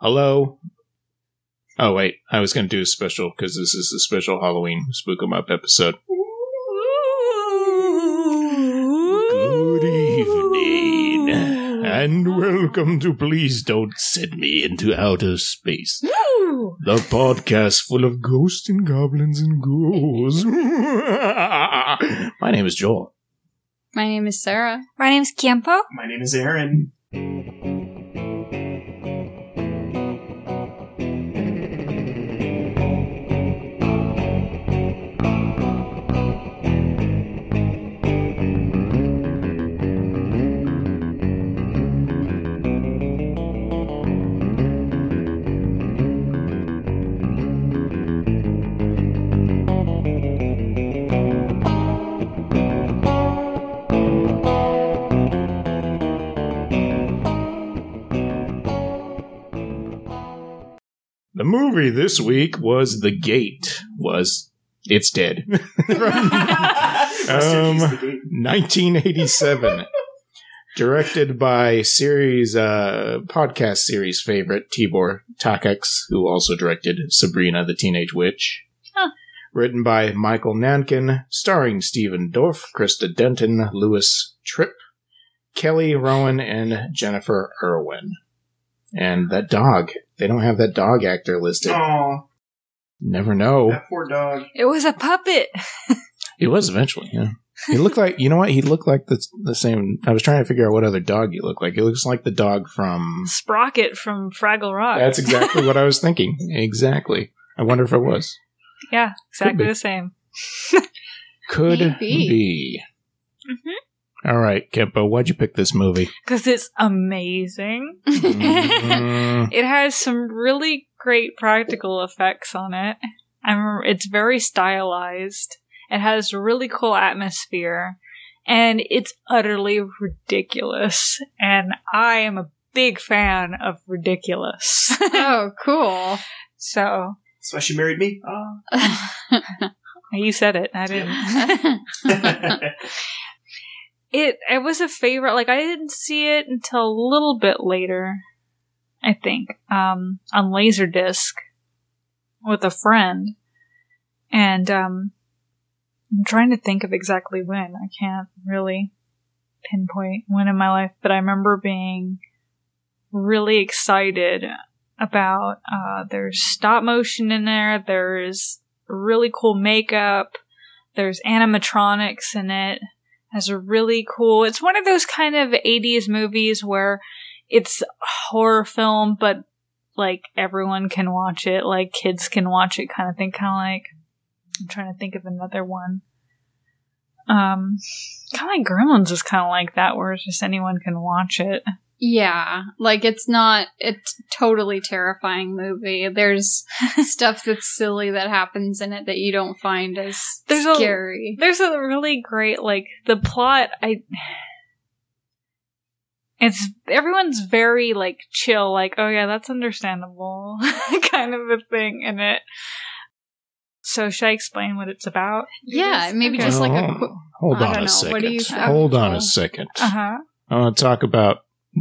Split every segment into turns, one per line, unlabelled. Hello. Oh wait, I was going to do a special because this is the special Halloween spook 'em up episode.
Good evening.
And welcome to Please Don't Send Me Into Outer Space,
Woo!
the podcast full of ghosts and goblins and ghouls. My name is Joel.
My name is Sarah.
My name's Campo.
My name is Aaron. The movie this week was The Gate. Was it's dead Um, 1987 directed by series uh podcast series favorite tibor takacs who also directed sabrina the teenage witch
Huh.
written by michael nankin starring stephen dorff krista denton lewis tripp kelly rowan and jennifer irwin and that dog they don't have that dog actor listed
Oh,
never know
that poor dog.
It was a puppet.
It was eventually, yeah. He looked like you know what? He looked like the the same. I was trying to figure out what other dog he looked like. He looks like the dog from.
Sprocket from Fraggle Rock.
That's exactly what I was thinking. Exactly. I wonder if it was.
yeah, exactly
be.
the same.
Could
Maybe.
be. All right, Kempo, why'd you pick this movie?
Because Mm-hmm. it's amazing.
Mm-hmm.
Mm,
It has some really great practical effects on it. I remember it's very stylized. It has really cool atmosphere. And it's utterly ridiculous. And I am a big fan of ridiculous.
oh, cool.
so,
That's why she married me. Ah.
you said it, I didn't. it it was a favorite like i didn't see it until a little bit later i think um on laserdisc with a friend and um i'm trying to think of exactly when i can't really pinpoint when in my life but i remember being really excited about uh there's stop motion in there there's really cool makeup there's animatronics in it has a really cool it's one of those kind of 80s movies where it's a horror film but like everyone can watch it like kids can watch it kind of thing kind of like i'm trying to think of another one um kind of like gremlins is kind of like that where it's just anyone can watch it
Yeah, like it's not it's totally terrifying movie. There's stuff that's silly that happens in it that you don't find as
There's a-
scary.
There's a really great like the plot I it's everyone's very like chill like oh yeah that's understandable kind of a thing in it. So should I explain what it's about?
yeah, maybe
Okay.
just like a
hold-
quick
Oh, hold
I
on
don't
a
know.
second.
What do you have,
hold on
Joel?
a second.
Uh-huh.
I want to talk about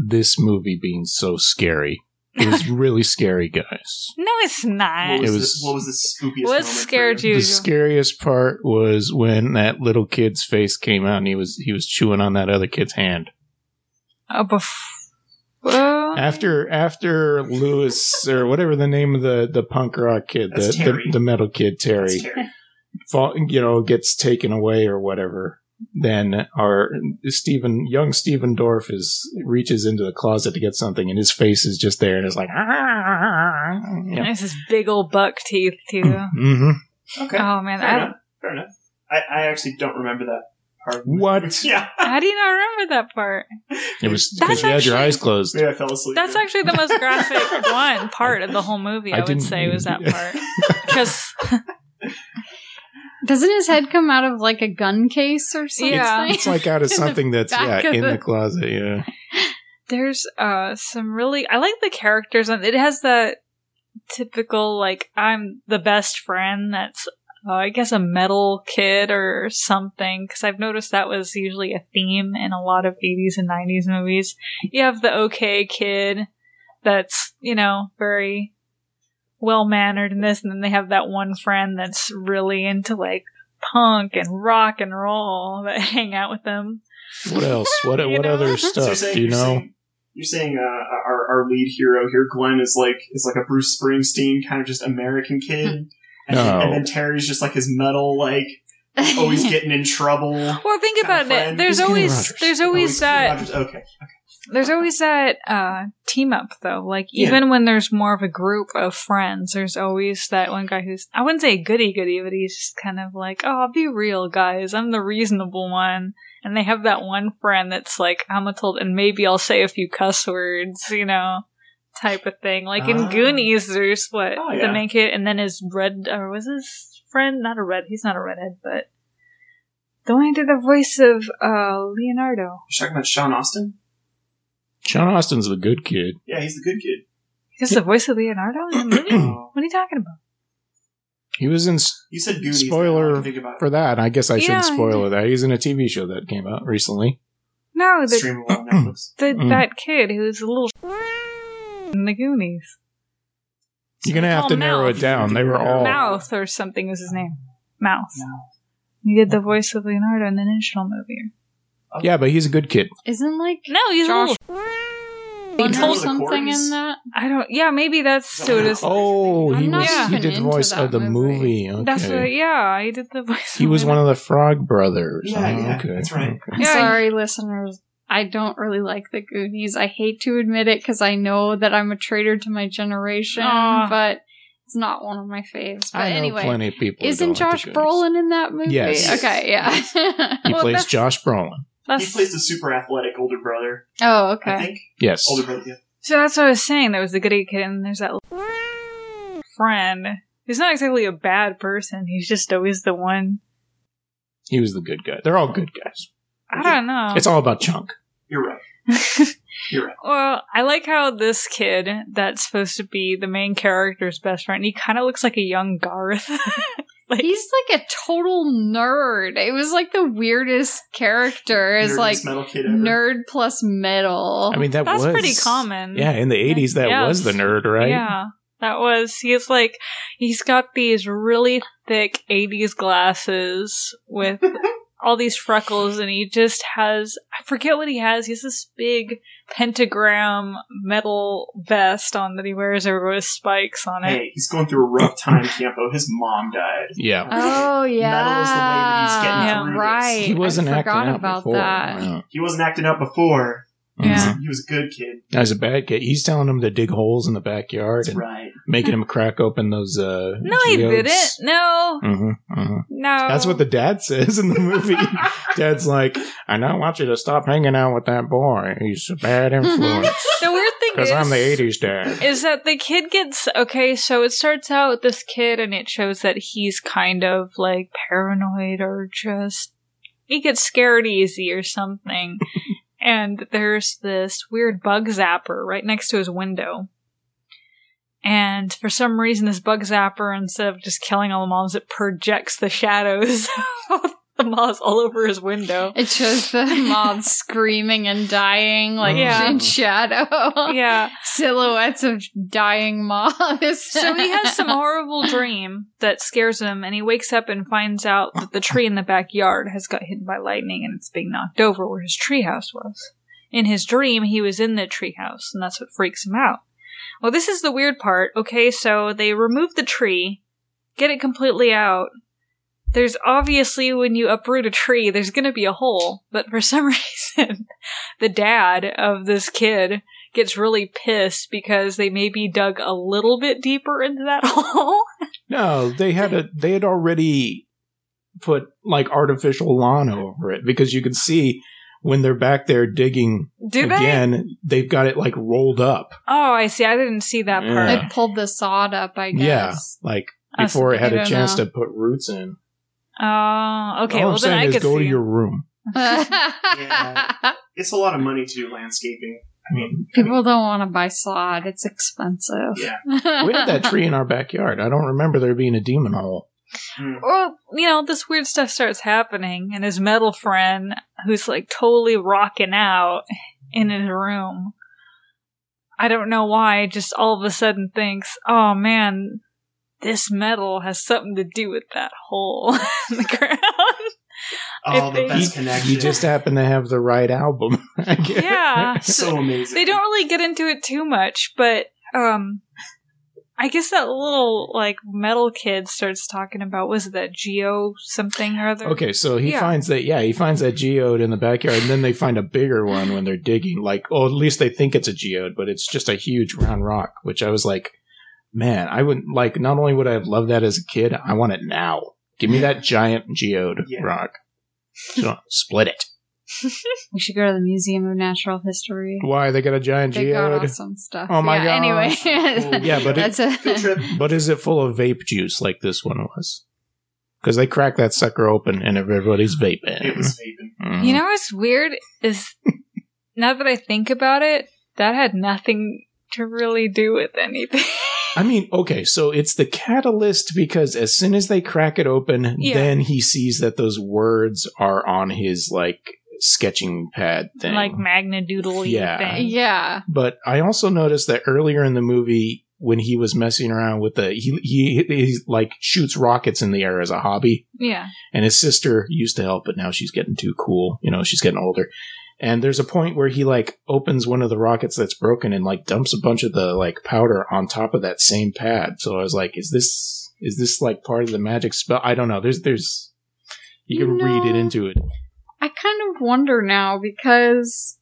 this movie being so scary. It was really scary, guys.
No, it's not.
what, was
It
it
was-
was, the, what was the spookiest?
What
moment
scared
for
you?
The scariest part was when that little kid's face came out and he was he was chewing on that other kid's hand.
Oh, bef-
Oh,
well,
After after Lewis or whatever the name of the the punk rock kid, the,
That's Terry.
the the metal kid Terry,
That's Terry.
fall, you know, gets taken away or whatever, then our Stephen young Stephen Dorff is reaches into the closet to get something and his face is just there and it's like ah,
There's this big old buck teeth too.
hmm
Okay.
Oh man,
Fair
I,
enough. Fair enough. I, I actually don't remember that part.
What?
Yeah.
how do you not remember that part?
It was
That's
because you had your
actually-
eyes closed.
Maybe I fell asleep.
That's actually the most graphic one part of the whole movie.
I
I, would
didn't-
say was that part because
Doesn't his head come out of like a gun case or something?
Yeah.
It's like out of
In the
something that's
back
yeah
of
in
the-
the closet. Yeah.
there's uh some really I like the characters and it has the typical like I'm the best friend that's uh, I guess a metal kid or something because I've noticed that was usually a theme in a lot of 80s and 90s movies. You have the okay kid that's, you know, very well mannered and this, and then they have that one friend that's really into like punk and rock and roll that hang out with them.
What else? What
You
what
know?
other
So
stuff
saying-
do you know?
Saying, you're saying uh, our our lead hero here, Glenn, is like is like a Bruce Springsteen kind of just American
Hmm.
kid, and,
No.
and then Terry's just like his metal, like always getting in trouble.
Well, think
Kinda
about it.
friend.
There's
Who's Kenny
always
Rogers?
there's always that
Rogers- Okay,
there's always that uh, team up though. Like even when there's more of a group of friends, there's always that one guy who's I wouldn't say goody goody, but he's just kind of like, "Oh, I'll be real, guys. I'm the reasonable one." And they have that one friend that's like, "I'm a told, and maybe I'll say a few cuss words," you know, type of thing. Like in
Ah.
Goonies, there's what
Oh,
the
yeah.
main kid, and then his red or was his friend not a red? He's not a redhead, but the one who did the voice of uh, Leonardo.
you're talking about Sean Austin.
Sean Austin's the good kid.
Yeah, he's the good kid.
Is the voice of Leonardo in the movie?
Oh.
what are you talking about?
He was in s-
you said Goonies.
Spoiler
now I can think about
for
it.
that. I guess I shouldn't
Yeah, I
spoil that. He's in a TV show that came out recently.
No, the,
Streamable on Netflix.
the
Mm.
that kid who's a little in the Goonies.
You're gonna have
Called
to narrow it
Mouth.
down. They were all
Mouth or something was his name. Mouth. He did the voice of Leonardo in the National movie.
yeah, but he's a good kid.
Isn't like
No, he's
Josh
a little. He
Wonder
told-
something
Corys.
in that?
I don't. Yeah, maybe that's who it is.
Oh, he was.
I'm
not
He
even
did the
into
voice of
that
the movie.
movie.
Okay.
That's what. Yeah, he did the voice.
he
of
was one
Leonardo.
of the Frog Brothers.
Yeah,
Oh,
yeah,
okay.
that's right.
Okay.
I'm
Yeah,
sorry, listeners. I don't really like the Goonies. I hate to admit it because I know that I'm a traitor to my generation,
Aw.
but it's not one of my faves. But
I know
anyway,
plenty of people. who
isn't
don't like the
Josh
Goonies.
Brolin in that movie?
Yes.
Okay, yeah.
He
Well,
plays
that's-
Josh Brolin.
He
That's,
plays the super athletic older brother.
oh,
I
okay.
think
Yes.
older brother. Yeah.
so that's what I was saying. There was the goody kid, and there's that little friend. He's not exactly a bad person. He's just always the one.
He was the good guy. They're all good guys.
I don't know.
It's all about Chunk.
You're right. You're right.
Well, I like how this kid that's supposed to be the main character's best friend, he kind of looks like a young Garth. like,
He's like a total nerd. It was like the weirdest character. Is
Nerdest
like
metal kid ever.
nerd plus metal.
I mean, that
that's
was
pretty common.
Yeah, in the '80s, that
Yes.
was the nerd, right?
Yeah. That was, he's like, he's got these really thick 80s glasses with all these freckles, and he just has, I forget what he has. He has this big pentagram metal vest on that he wears everywhere with spikes on it.
Hey, he's going through a rough time, Campo. His mom died.
Yeah.
Oh yeah,
that he's getting
through
yeah,
this.
right.
He wasn't
I
acting
forgot
out
about
before.
that.
Yeah.
He wasn't acting up before.
Yeah.
Mhm.
He was a good kid.
That was a bad kid. He's telling him to dig holes in the backyard
That's
and
right.
making him crack open those. Uh,
No, he didn't. No,
hmm hmm
no.
That's what the dad says in the movie. Dad's like, "I now want you to stop hanging out with that boy. He's a bad influence."
the weird thing
Because
is,
I'm the '80s dad.
is that the kid gets okay. So it starts out with this kid, and it shows that he's kind of like paranoid or just he gets scared easy or something. and there's this weird bug zapper right next to his window. And for some reason, this bug zapper, instead of just killing all the moths, it projects the shadows of the moths all over his window.
It shows the mob screaming and dying, like
Yeah.
in shadow.
Yeah.
Silhouettes of dying mobs.
So he has some horrible dream that scares him, and he wakes up and finds out that the tree in the backyard has got hit by lightning and it's being knocked over where his treehouse was. In his dream, he was in the treehouse, and that's what freaks him out. Well, this is the weird part. Okay, so they remove the tree, get it completely out. There's obviously when you uproot a tree, there's going to be a hole, but for some reason, the dad of this kid gets really pissed because they maybe dug a little bit deeper into that hole.
No, they had a they had already put like artificial lawn over it because you could see when they're back there digging
Do they?
again, they've got it like rolled up.
Oh, I see. I didn't see that
Yeah.
part.
They pulled the sod up, I guess.
Yeah, like
Oh,
before
so
it had
I
a
don't
chance
know.
to put roots in.
Oh, okay.
All
well,
I'm
then
saying
I
is
could
go
see.
to your room.
Yeah. It's a lot of money to do landscaping. I mean,
People don't want to buy sod. It's expensive.
Yeah.
We had that tree in our backyard. I don't remember there being a demon hole.
Well, you know, this weird stuff starts happening, and his metal friend, who's like totally rocking out in his room, I don't know why, just all of a sudden thinks, oh man, this metal has something to do with that hole in the ground.
Oh, the
think-
best
You-
connection.
You just happen to have the right album. I guess.
yeah.
so amazing.
They don't really get into it too much, but um I guess that little like metal kid starts talking about was it that Geo something or other?
Okay, so he
Yeah.
finds that yeah, he finds that geode in the backyard, and then they find a bigger one when they're digging. Like, oh, at least they think it's a geode, but it's just a huge round rock. Which I was like, man, I would like. Not only would I have loved that as a kid, I want it now. Give me that giant geode
Yeah.
rock. So, split it.
We should go to the Museum of Natural History.
Why they got a giant
They got
geode?
awesome stuff.
Oh my
yeah,
gosh.
Anyway,
Yeah, but it,
that's a
Field trip.
but is it full of vape juice like this one was? Because they crack that sucker open and everybody's vaping.
It was vaping.
Mhm.
You know what's weird is now that I think about it, that had nothing to really do with anything.
I mean, okay, so it's the catalyst because as soon as they crack it open,
Yeah.
then he sees that those words are on his like sketching pad thing.
Like Magna Doodle
Yeah.
thing.
yeah.
but I also noticed that earlier in the movie when he was messing around with the he he, he like shoots rockets in the air as a hobby
Yeah.
and his sister used to help but now she's getting too cool, you know, she's getting older. And there's a point where he like opens one of the rockets that's broken and like dumps a bunch of the like powder on top of that same pad. So I was like, is this is this like part of the magic spell? I don't know. There's there's you can
You
read it
know-
into it.
I kind of wonder now because,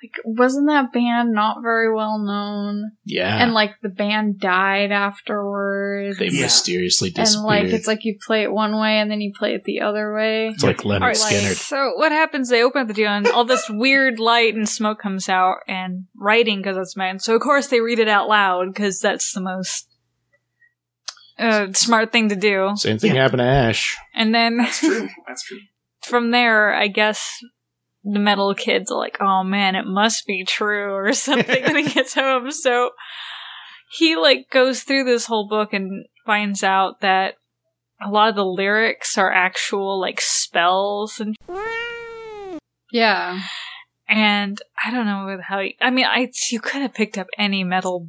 like, wasn't that band not very well known?
Yeah.
And, like, the band died afterwards.
they
Yeah.
mysteriously
and,
disappeared.
like, it's like you play it one way and then you play it the other way.
It's like Leonard
Alright,
Skinner.
so what happens? They open up the deal, and all this weird light and smoke comes out, and writing because that's man. So of course they read it out loud because that's the most uh, smart thing to do.
Same thing
Yeah.
happened to Ash.
And then
That's true. That's true.
from there, I guess the metal kids are like, "Oh man, it must be true" or something when he gets home. So he like goes through this whole book and finds out that a lot of the lyrics are actual like spells and
Yeah.
and I don't know with how. You, I mean, I you could have picked up any metal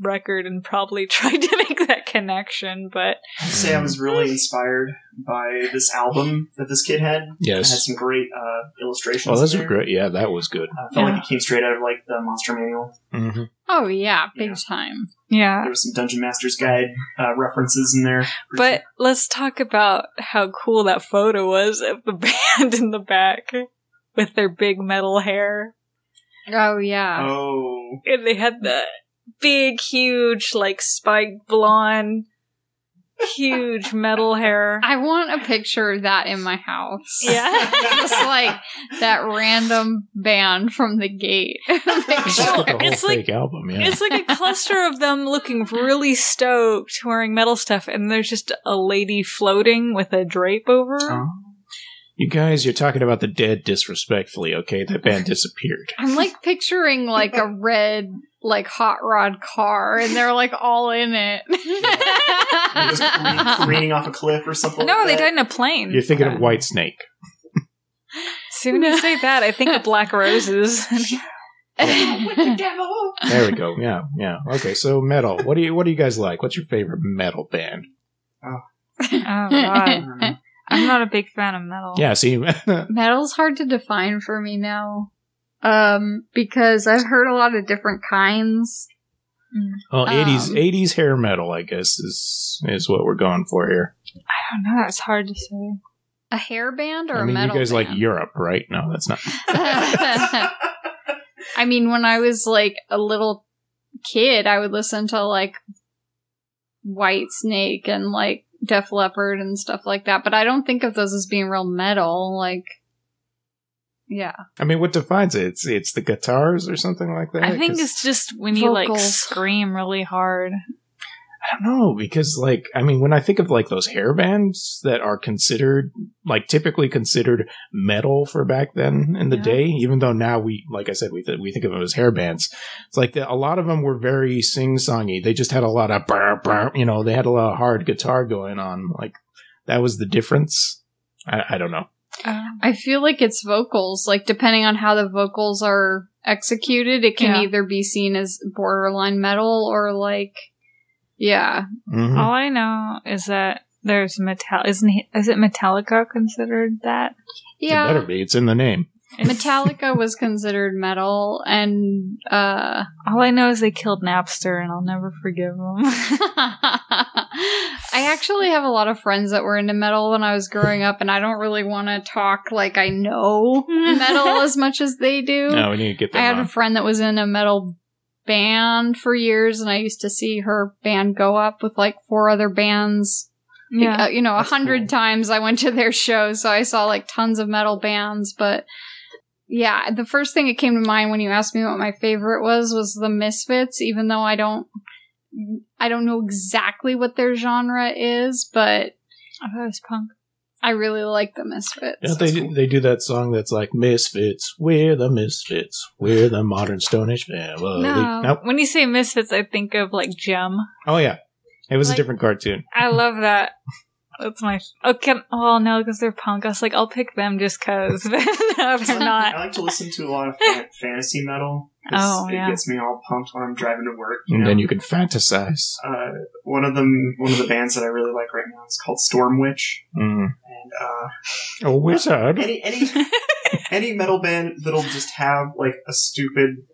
record and probably tried to make that connection, but
I'd say I was really inspired by this album that this kid had. It had
Yes.
some great uh, illustrations.
Oh, those
in
were
there.
great. Yeah, that was good.
I felt
Yeah.
like it came straight out of like the Monster Manual.
Mm-hmm.
Oh, yeah. Big
Yeah.
time.
yeah.
There was some Dungeon Master's Guide uh, references in there.
But let's talk about how cool that photo was of the band in the back with their big metal hair,
Oh, yeah.
oh,
and they had the big, huge, like spiked blonde, huge metal hair.
I want a picture of that in my house.
Yeah.
Just like that random band from the gate.
Just
Well,
like a whole
it's like-
fake album, yeah.
It's like a cluster of them looking really stoked, wearing metal stuff, and there's just a lady floating with a drape over. her.
oh.
You guys, you're talking about the dead disrespectfully, okay? That band disappeared.
I'm like picturing like a red like hot rod car and they're like all in it.
It was careen- careening off a cliff or something.
No,
like
they
that.
died in a plane.
Oh, You're thinking of White Snake.
See, when you say that, I think of Black Roses. Oh,
There we go. Yeah, yeah. Okay, so metal. What do you what do you guys like? What's your favorite metal band?
oh, God.
Um,
I'm not a big fan of metal.
Yeah, see
Metal's hard to define for me now. Um, because I've heard a lot of different kinds.
well, eighties
Um.
eighties hair metal, I guess, is is what we're going for here.
I don't know. That's hard to say.
A hair band or
I
a
mean you
metal
guys like
band?
Europe, right? No, that's not
I mean, when I was like a little kid, I would listen to like White Snake and like Def Leppard and stuff like that, but I don't think of those as being real metal. Like, yeah.
I mean what defines it? It's it's the guitars or something like that?
I think
'Cause-
it's just when you like
Vocals.
scream really hard.
I don't know because like I mean when I think of like those hair bands that are considered like typically considered metal for back then in the
Yeah.
day, even though now we like I said we th- we think of them as hair bands. It's like the, a lot of them were very sing songy. They just had a lot of burr, burr, you know they had a lot of hard guitar going on. Like that was the difference. I, I don't know.
Um,
I feel like it's vocals. Like depending on how the vocals are executed, it can
Yeah.
either be seen as borderline metal or like, yeah,
Mhm.
Oh,
all I know is that there's metal. Isn't he, is it Metallica considered that?
It better
yeah.
be. It's in the name.
It's-
Metallica was considered metal, and uh,
All I know is they killed Napster, and I'll never forgive them.
I actually have a lot of friends that were into metal when I was growing up, and I don't really want to talk like I know
Mm,
metal as much as they do.
No, uh-huh. we need to get
I
that.
had a friend that was in a metal band for years, and I used to see her band go up with like four other bands. Like, uh, you know, a
That's
hundred
cool.
times I went to their shows, so I saw like tons of metal bands. But yeah, the first thing that came to mind when you asked me what my favorite was was the Misfits, even though I don't. I don't know exactly what their genre is, but
I thought it was oh, punk.
I really like the Misfits.
Yeah, they, do- they do that song that's like Misfits, we're the Misfits, we're the modern Stone Age
Uh,
family.
No.
Nope.
When you say Misfits, I think of like Gem.
Oh yeah, it was a
Like-
different cartoon.
I love that. That's my. Okay. Well, no, because they're punk. I was like, I'll pick them just because. But no, they're
I
not.
like to listen to a lot of fa- fantasy metal. 'cause
Oh, yeah.
It gets me all pumped when I'm driving to work. You
And
know?
then you can fantasize.
uh, one of them, one of the bands that I really like right now is called Storm Witch,
Mm.
and uh,
A wizard.
any any any metal band that'll just have like a stupid,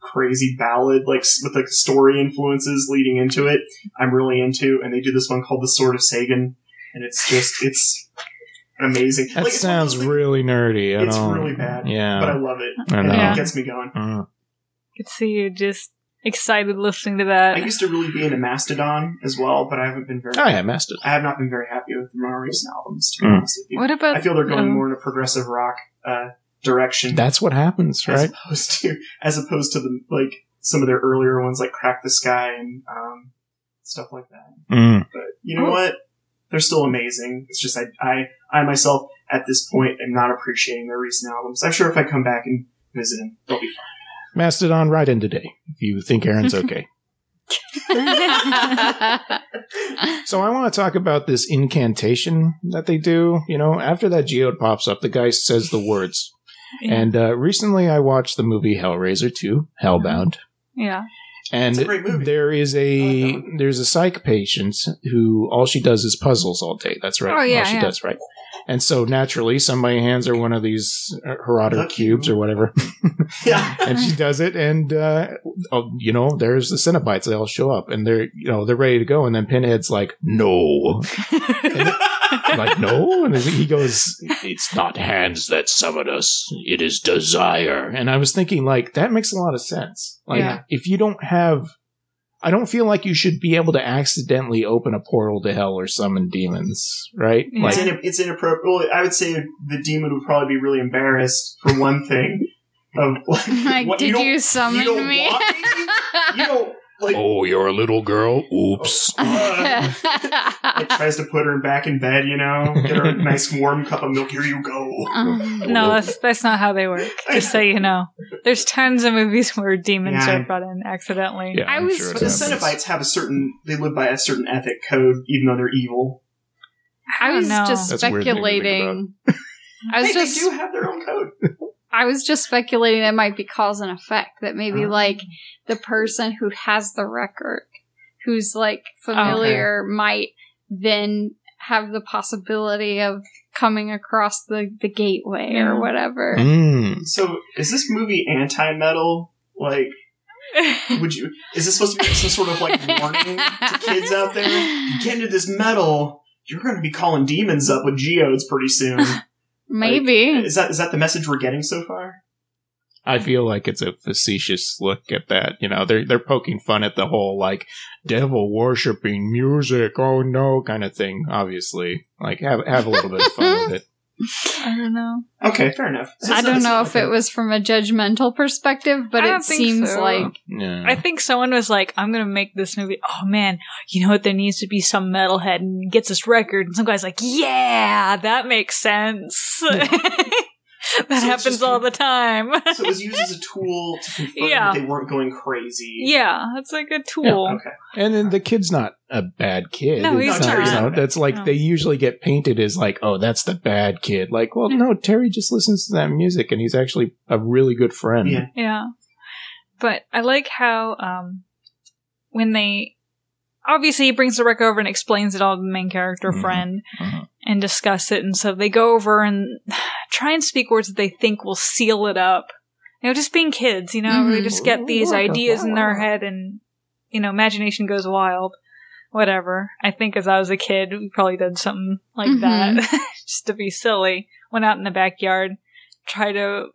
crazy ballad like s- with like story influences leading into it. I'm really into, and they do this one called The Sword of Sagan, and it's just it's amazing.
That
Like, it's one of those
sounds
things-
really nerdy. I
It's
don't-
really bad, but I
Yeah.
love it,
I
and
know.
it gets me going.
Mm.
I could see you just excited listening to
I
that.
used to really be into Mastodon as well, but I haven't been very.
Oh yeah, Master.
I have not been very happy with the more recent albums. To be
Hmm.
honest with you,
What about?
I feel they're going
um,
more in a progressive rock uh, direction.
That's what happens,
as
right?
opposed to as opposed to the like some of their earlier ones like Crack the Sky and um, stuff like that.
Mm.
But you know
Oh.
what? They're still amazing. It's just I, I I myself at this point am not appreciating their recent albums. I'm sure if I come back and visit them, they'll be fine.
Mastodon, right in today. If you think Aaron's okay. So I want to talk about this incantation that they do. You know, after that geode pops up, the guy says the words.
Yeah.
And uh, recently, I watched the movie Hellraiser 2, Hellbound,
yeah.
and
It's a great movie.
there is
I like
a
that one.
there's a psych patient who all she does is puzzles all day. That's right.
Oh, yeah,
all she
yeah.
does right. And so naturally, somebody hands her one of these uh, Harada
Lucky
cubes
you.
or whatever,
Yeah.
and she does it. And uh, oh, you know, there's the Cenobites. They all show up, and they're you know they're ready to go. And then Pinhead's like, "No, like no and he goes it's not hands that summon us it is desire and i was thinking like that makes a lot of sense like
Yeah.
if you don't have i don't feel like you should be able to accidentally open a portal to hell or summon demons right
Yeah.
It's,
like
in, it's inappropriate. Well, I would say the demon would probably be really embarrassed for one thing. Of like,
like,
what,
did you,
don't-
summon
you don't
me?
want me? You don't like.
oh you're a little girl oops
uh, like tries to put her back in bed, you know, get her a nice warm cup of milk. Here you go.
Um,
No, that's that's not how they work. Just so you know, there's tons of movies where demons
Yeah.
are brought in accidentally.
yeah
I
I'm
was-
sure it
But the
happens.
Cenobites have a certain, they live by a certain ethic code, even though they're evil.
I
I
don't
was
know.
just
That's a weird thing to think
speculating. I was
They, they
just
do have their own code.
I was just speculating that might be cause and effect. That maybe
Oh.
like the person who has the record, who's like familiar, might then have the possibility of coming across the, the gateway
Yeah.
or whatever.
Mm.
So, is this movie anti-metal? Like,
Mm.
would you? Is this supposed to be some sort of like warning to kids out there? You get into this metal, you're going to be calling demons up with geodes pretty soon.
Maybe.
Is that is that the message we're getting so far?
I feel like it's a facetious look at that. You know, they're they're poking fun at the whole like devil worshipping music. Oh no, kind of thing. Obviously, like have have a little bit of fun with it.
I don't know.
Okay, fair enough. So
I
it's not-
don't
it's
know
not
if
like
it
a-
was from a judgmental perspective, but
I don't
it
think
seems
so.
like
Yeah,
I think someone was like, "I'm gonna make this movie." Oh man, you know what? There needs to be some metalhead and gets this record, and some guy's like, "Yeah, that makes sense." that
So it's
happens
just-
all the time.
so it was used as a tool to confirm
Yeah.
that they weren't going crazy.
yeah, it's like a tool.
Okay.
And then the kid's not a bad kid.
No,
It's
he's
you
not.
know, that's like
No.
they usually get painted as like, oh, that's the bad kid. Like, well, no, Terry just listens to that music, and he's actually a really good friend.
Yeah.
Yeah. But I like how um when they obviously he brings the wreck over and explains it all to the main character
Mhm,
friend
mhm.
and discuss it and so they go over and try and speak words that they think will seal it up. You know, just being kids, you know, they
Mhm.
just get these ideas in their head and you know, imagination goes wild. Whatever. I think as I was a kid, we probably did something like that just to be silly. Went out in the backyard, try to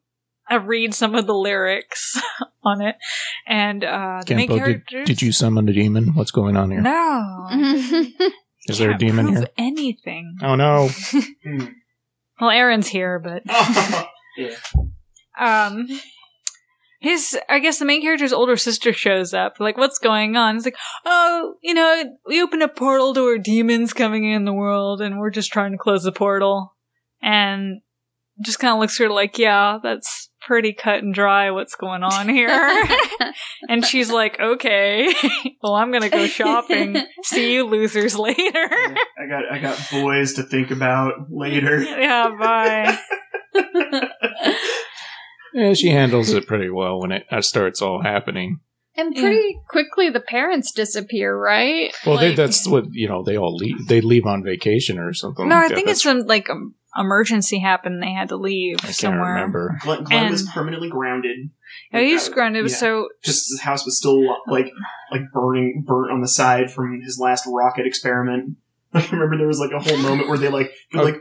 I read some of the lyrics on it, and uh, the main
Campo, did,
characters.
did you summon a demon? What's going on here? Is
No.
Mm-hmm.
there a
Can't
demon
prove
here?
Anything?
Oh no!
Hmm.
Well, Aaron's here, but
Oh.
um, his I guess the main character's older sister shows up. Like, what's going on? It's like, oh, you know, we opened a portal to where demons coming in the world, and we're just trying to close the portal. And just kind of looks at her like, yeah, that's pretty cut and dry. What's going on here? And she's like, okay, well, I'm going to go shopping. See you losers later.
Yeah, I got I got boys to think about later.
yeah, bye.
Yeah, Eh, she handles it pretty well when it uh, starts all happening.
and
Yeah.
pretty quickly the parents disappear, right?
Well, they,
Like-
that's what you know. They all leave. They leave on vacation or something.
No, I
like that.
think it's
Oh That's-
some, like, um, emergency happened. and They had to leave
I can't
somewhere. Oh,
remember.
Glenn, Glenn was
And-
permanently grounded.
Yeah, he was
Uh,
grounded. It was
yeah.
so
Just his house was still like like burning burnt on the side from his last rocket experiment. I remember there was like a whole moment where they like they're
Oh.
like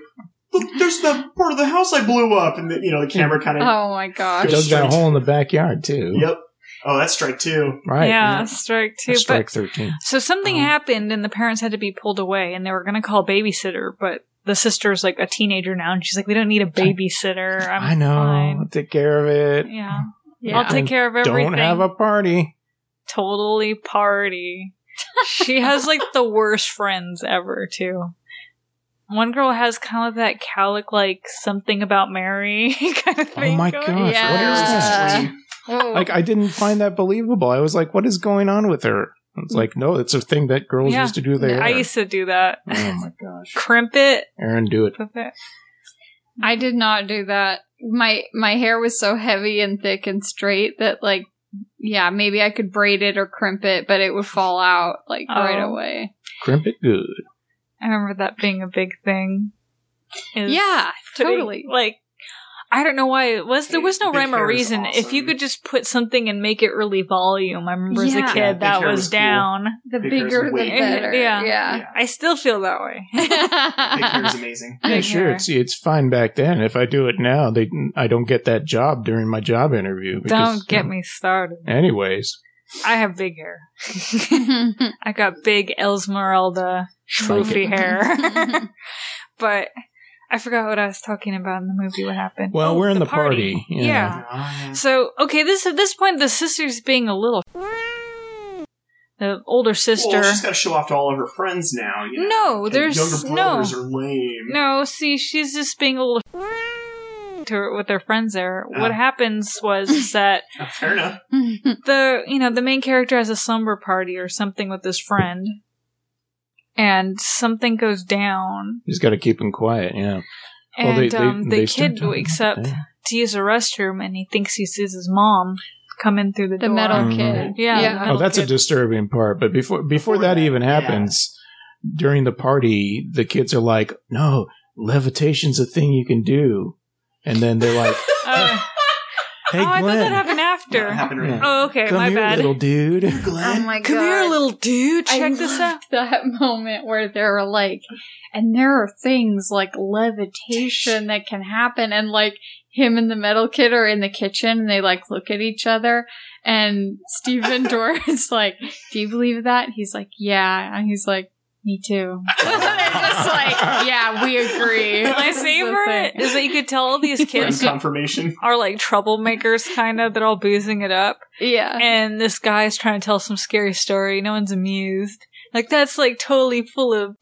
look there's that part of the house I blew up and the, you know the camera kind of
Oh my gosh.
Dug
straight-
that hole in the backyard too.
yep oh that's strike two
Right.
yeah, strike two.
That's strike
but
thirteen.
so something
Um,
happened, and the parents had to be pulled away, and they were going to call a babysitter, but the sister's like a teenager now, and she's like, "We don't need a babysitter. I'm
I know.
fine."
Take care of it.
Yeah.
Yeah.
I'll take care of everything.
Don't have a party.
totally party. she has like the worst friends ever, too. One girl has kind of that cowlick, like something about Mary kind of
Oh
thing.
my gosh!
going.
What is that?
Yeah.
Extreme.
Whoa.
Like I didn't find that believable. I was like, "What is going on with her?" It's like, no, it's a thing that girls
Yeah.
used to do. There.
I used to do that.
oh my gosh!
Crimp it.
Aaron, do it.
Put that.
I did not do that. My my hair was so heavy and thick and straight that like yeah, maybe I could braid it or crimp it, but it would fall out like
Oh.
right away.
Crimp it good.
I remember that being a big thing. Is
Yeah,
putting-
totally.
Like, I don't know why it was. There was no
Big
rhyme or
hair is
reason. If you
awesome.
could just put something and make it really volume, I remember as a
Yeah.
kid
Yeah, big
that
hair
was,
was cool.
down.
The
Big hair's
bigger the
way
better.
Yeah.
Yeah.
I still feel that way.
Big hair is amazing.
Yeah,
Big
sure.
hair.
It's it's fine back then. If I do it now, they I don't get that job during my job interview. because-
don't get me started.
Anyways,
I have big hair. I got big Esmeralda
shrink it.
floofy hair. but I forgot what I was talking about in the movie. What happened?
Well,
Oh,
we're in the party. yeah.
Yeah.
Ah,
So okay, this at this point the sister's being a little the older sister.
Well, she's got to show off to all of her friends now. You know?
No,
Okay,
there's
younger
no
brothers are lame.
no. See, she's just being a little to her, with her friends there. What
Oh.
happens was is that
Oh, fair enough.
the you know the main character has a slumber party or something with his friend, and something goes down.
Just got to keep them quiet. Yeah. Oh,
And um, the
start
kid
talking
wakes
about
up
that.
to use a restroom, and he thinks he sees his mom come in through the,
the
door.
metal
Mhm.
kid.
Yeah, the
Oh,
metal
that's a
kid.
disturbing part. But before before,
Before
that,
that,
even
yeah.
happens, during the party, the kids are like, "No, levitation's a thing you can do," and then they're like,
Oh.
"Hey,
oh, I thought that
Glenn,
happened after.
That happened right
Yeah.
now.
Oh, okay,
come
my
here,
bad.
little dude."
Glenn.
Oh my god.
Come here, little dude.
I
Check this out.
loved That moment where they're like, and there are things like levitation that can happen, and like him and the metal kid are in the kitchen and they like look at each other, and Stephen Dorr is like, "Do you believe that?" He's like, "Yeah," and he's like, "Me too." and they're just like, "Yeah, we agree."
My
This is the
favorite
thing.
is that you could tell all these
Friend
kids
confirmation.
are like troublemakers, kind of. They're all boozing it up,
yeah,
and this guy's trying to tell some scary story. No one's amused. Like that's like totally full of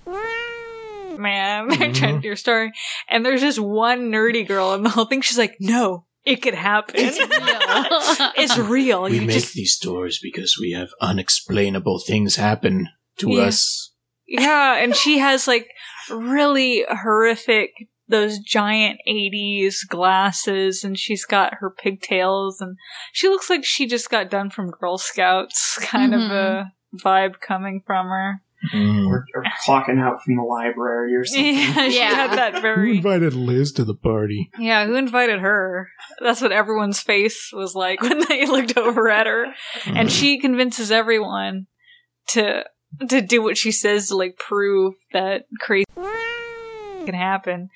man,
Mhm.
trying to do your story. And there's just one nerdy girl in the whole thing. She's like, no, it could happen. it's real.
we
you
make
just,
these stories because we have unexplainable things happen to
Yeah.
us.
yeah. And she has like really horrific, those giant 80s glasses and she's got her pigtails and she looks like she just got done from Girl Scouts kind of a vibe coming from her.
Mm.
Or, or clocking out from the library or something.
Yeah, she
Yeah.
had that very
invited Liz to the party?
Yeah, who invited her? That's what everyone's face was like when they looked over at her. And
Mm.
she convinces everyone to to do what she says to like prove that crazy can happen.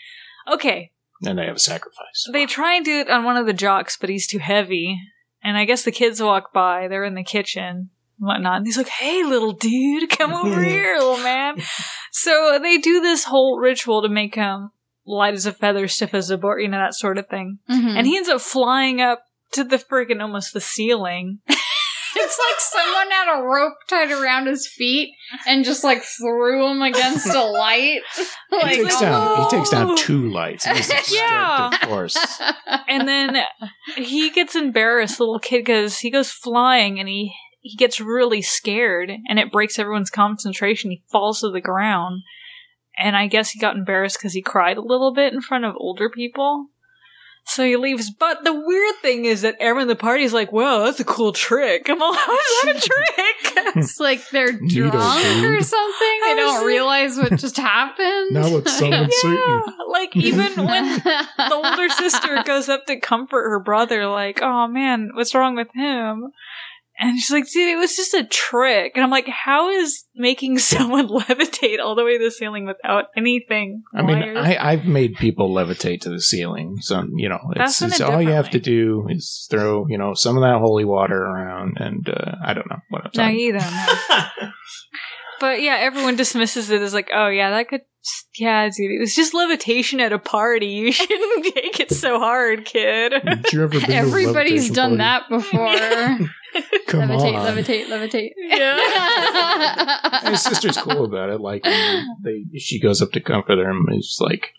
Okay,
and they have a sacrifice.
they try and do it on one of the jocks, but he's too heavy. And I guess the kids walk by. They're in the kitchen and whatnot. And he's like, hey, little dude, come over here, little man. So they do this whole ritual to make him light as a feather, stiff as a board, you know, that sort of thing.
Mm-hmm. Hmm.
And he ends up flying up to the freaking almost the ceiling.
it's like someone had a rope tied around his feet and just like threw him against a light.
he
like, oh
takes down. He takes down
no.
two lights. This is destructive
Yeah.
force.
And then he gets embarrassed, little kid, because he goes flying and he he gets really scared and it breaks everyone's concentration. He falls to the ground. And I guess he got embarrassed because he cried a little bit in front of older people. So he leaves. But the weird thing is that everyone in the party is like, wow, that's a cool trick. I'm like, how is that a trick?
it's like they're
Hmm. Needle,
drunk or
dude.
something.
I
They
was
don't
like-
realize what just happened.
yeah. Like, even when the older sister goes up to comfort her brother, like, oh man, what's wrong with him? And she's like, dude, it was just a trick. And I'm like, how is making someone levitate all the way to the ceiling without anything?
I mean,
wired?
I, I've made people levitate to the ceiling. So you know, it's,
That's in a
it's all you
different
have to
way.
do is throw you know some of that holy water around, and uh, I don't know what I'm
no,
talking.
you don't know. But yeah, everyone dismisses it as like, oh yeah, that could, yeah, dude, it was just levitation at a party. You shouldn't take it so hard, kid.
Did you ever been to a
Everybody's
levitation party?
done that before.
Come
levitate,
on.
levitate, levitate,
And his sister's cool about it. Like when they, she goes up to comfort him. And she's like,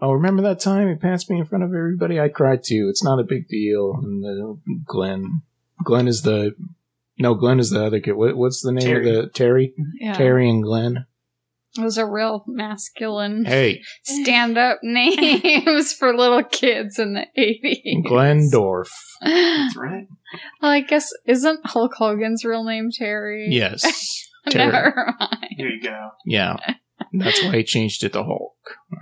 "Oh, remember that time he passed me in front of everybody? I cried too. It's not a big deal." And then Glenn, Glenn is the no, Glenn is the other kid. What, what's the name
Terry.
of the Terry?
Yeah.
Terry and Glenn.
It was a real masculine
Hey,
stand up names for little kids in the 80s.
Glendorf.
Well,
That's right.
I guess, isn't Hulk Hogan's real name Terry?
Yes, Terry.
Never mind.
There you go.
Yeah, that's why he changed it to Hulk.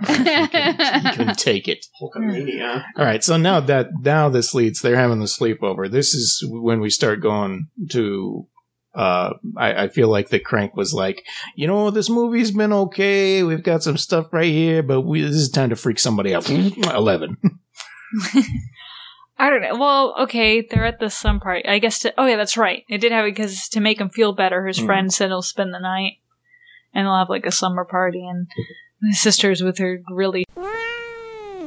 He couldn't, he couldn't take it.
Hulkamania.
All right, so now that now this leads, they're having the sleepover. This is when we start going to. Uh, I, I feel like the crank was like, you know, this movie's been okay. We've got some stuff right here, but we, this is time to freak somebody out. Eleven.
I don't know. Well, okay, they're at the sun party. I guess. To, oh yeah, that's right. It did have because to make him feel better, his
Mm.
friend said he'll spend the night, and they'll have like a summer party. And the sister's with her really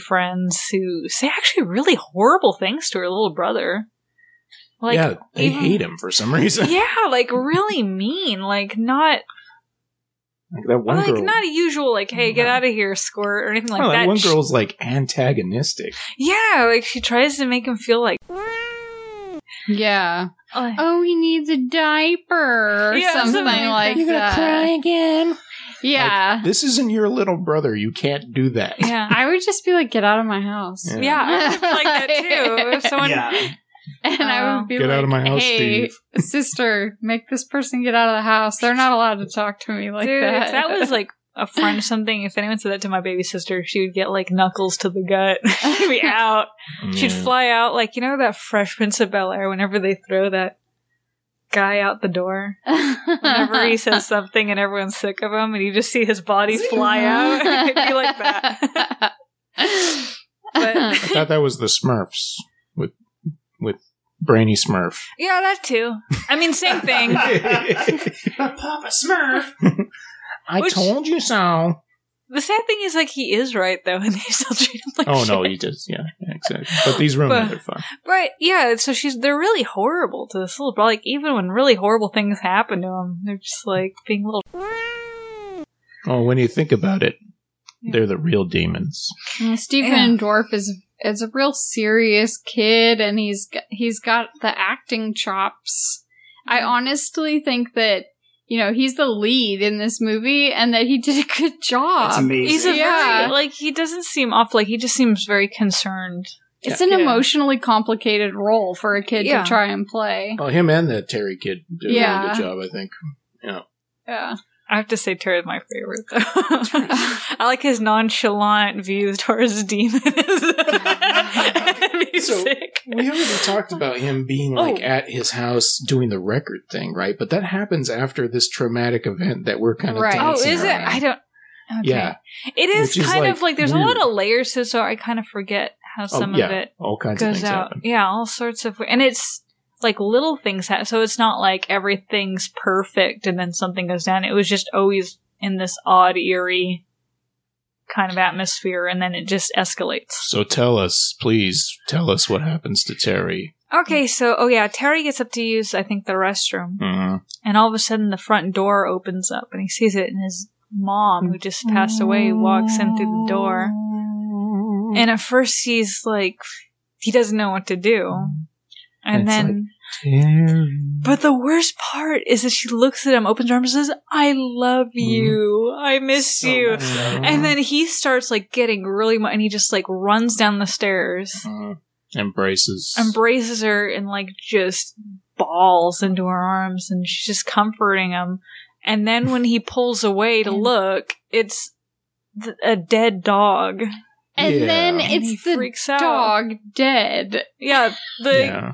friends who say actually really horrible things to her little brother. Like,
yeah, they
even-
hate him for some reason.
yeah, like really mean. Like not
Like that one
like
girl.
not a usual like hey get
No.
out of here squirt or anything like
oh, that
that.
one
She-
girl's like antagonistic.
yeah, like she tries to make him feel like.
Yeah.
like-
Oh, he needs a diaper or
Yeah,
something,
something like
like that.
again.
Yeah.
This isn't your little brother. You can't do that.
yeah.
I would just be like, get out of my house.
Yeah.
Yeah, I would like that too. If someone,
Yeah.
And I
Oh.
would be
Get
like,
out of my house,
hey,
Steve."
sister, make this person get out of the house. They're not allowed to talk to me like
dude,
that.
if that was like a friend or something, if anyone said that to my baby sister, she would get like knuckles to the gut. She'd be out. She'd
Yeah.
fly out like you know that Fresh Prince of Bel Air. Whenever they throw that guy out the door, whenever he says something and everyone's sick of him, and you just see his body fly out. It'd be like that.
I thought that was the Smurfs with with Brainy Smurf.
yeah, that too. I mean, same thing.
But Papa Smurf.
I
Which-
told you so.
The sad thing is, like, he is right though, and they still treat him like
Oh
shit.
no, you just yeah, yeah, exactly. But these roommates
But-
are fun.
Right, yeah. So she's they're really horrible to this little bro. Like even when really horrible things happen to him, they're just like being little.
Oh, when you think about it, They're the real demons.
Uh, Stephen
Yeah.
Dorff is is a real serious kid, and he's g- he's got the acting chops. I honestly think that you know he's the lead in this movie, and that he did a good
That's
job.
amazing.
He's a
Yeah.
very like he doesn't seem off. Like he just seems very concerned.
It's an
Yeah.
emotionally complicated role for a kid
Yeah.
to try and play.
Well, him and the Terry kid did a
Yeah.
really good job, I think.
Yeah,
I have to say, Terry's my favorite. Though. I like his nonchalant views towards demons. And music.
We already talked about him being like
Oh.
at his house doing the record thing, right? But that happens after this traumatic event that we're kind of
Right.
oh,
dancing
is it?
around.
I don't. Okay.
Yeah,
It is
Which is,
kind
like,
of like there's a
weird.
lot of layers to, it, so I kind of forget how
Oh,
some
yeah.
of it
all kinds of
goes
things
out.
happen.
Yeah, all sorts of, and it's like little things happen. So it's not like everything's perfect and then something goes down. It was just always in this odd, eerie kind of atmosphere, and then it just escalates.
So tell us, please tell us what happens to Terry.
Okay, so oh yeah, Terry gets up to use I think the restroom,
Mhm.
and all of a sudden the front door opens up, and he sees it, and his mom, who just passed away, walks in through the door. And at first he's like, he doesn't know what to do. And
It's
then,
Mm-hmm. Terry.
but the worst part is that she looks at him, opens her arms, and says, I love
Mm-hmm.
you. I miss
So
you.
Oh,
messed up.
And then he starts like getting really, mo- and he just like runs down the stairs,
Mhm. embraces.
embraces her, and like just balls into her arms, and she's just comforting him. And then when he pulls away
Mm.
to look, it's th- a dead dog.
and
Yeah.
then
And
he
it's the
freaks out.
dog dead.
Yeah, the
yeah.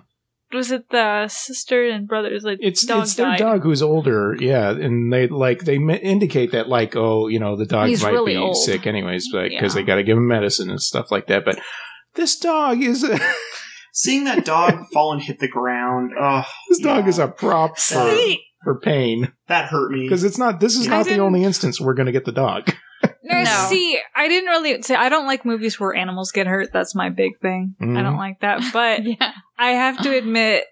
was it the sister and brothers like
It's
dog
it's their
died.
dog who's older, yeah, and they like they ma- indicate that like oh you know the dog
He's
might
really
be
old.
sick anyways, but because
Yeah.
they got to give him medicine and stuff like that. But this dog is this
Seeing that dog fall and hit the ground, oh,
dog
Yeah.
is a prop for,
See,
for pain
that hurt me.
because it's not this is
I
not the
didn't-
only instance we're going to get the dog.
no,
No.
see, I didn't really say I don't like movies where animals get hurt. That's my big thing. I don't
Mhm.
like that, but
Yeah,
I have to admit.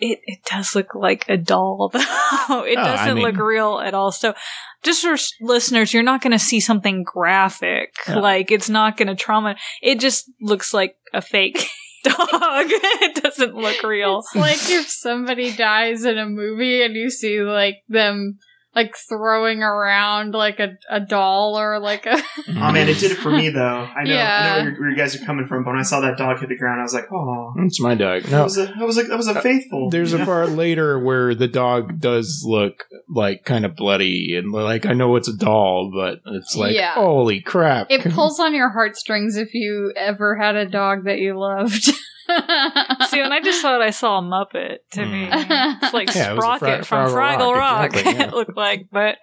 It, it does look like a doll, though. it
Oh, I
doesn't look
mean-
real at all. So, just for s- listeners, you're not going to see something graphic.
Yeah.
Like, it's not going to trauma. It just looks like a fake dog. it doesn't look real.
it's like if somebody dies in a movie and you see like them like throwing around like a, a doll or like a
Oh man, it did it for me though. I know, I
Yeah.
know where, you- where you guys are coming from, but when I saw that dog hit the ground, I was like, oh,
It's my dog.
that
No, Uh,
was a that was a, that was a faithful.
There's
you
a
know?
part later where the dog does look like kind of bloody and like I know it's a doll, but it's like
Yeah.
holy crap!
It pulls on your heartstrings if you ever had a dog that you loved. uh,
See, when I just thought I saw a Muppet to me,
Mm.
it's like
Hmm. Yeah, it was a
Sprocket
Fra-
from
Fraggle
Fraggle
Rock,
Rock.
exactly, yeah.
it looked like, but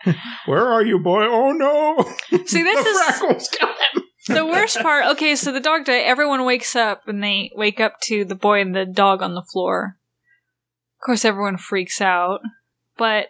Where are you, boy? Oh no!
see, this is
the Frackles got
the worst part. Okay, so the dog died. Everyone wakes up and they wake up to the boy and the dog on the floor. Of course, everyone freaks out, but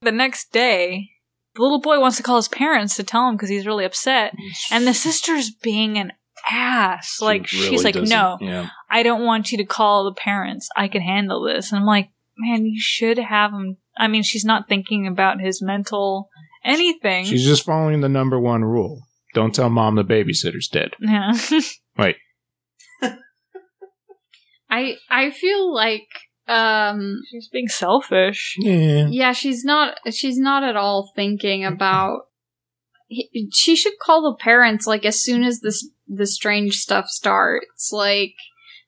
the next day, the little boy wants to call his parents to tell him because he's really upset, and the sister's being an ass. Like
She
she's
really
like,
doesn't-
no,
Yeah.
I don't want you to call the parents. I can handle this. And I'm like, man, you should have him. I mean, she's not thinking about his mental anything.
She's just following the number one rule: don't tell mom the babysitter's dead.
yeah.
I I feel like um
she's being selfish. Mm,
Yeah.
yeah, she's not she's not at all thinking about he- she should call the parents like as soon as this the strange stuff starts. Like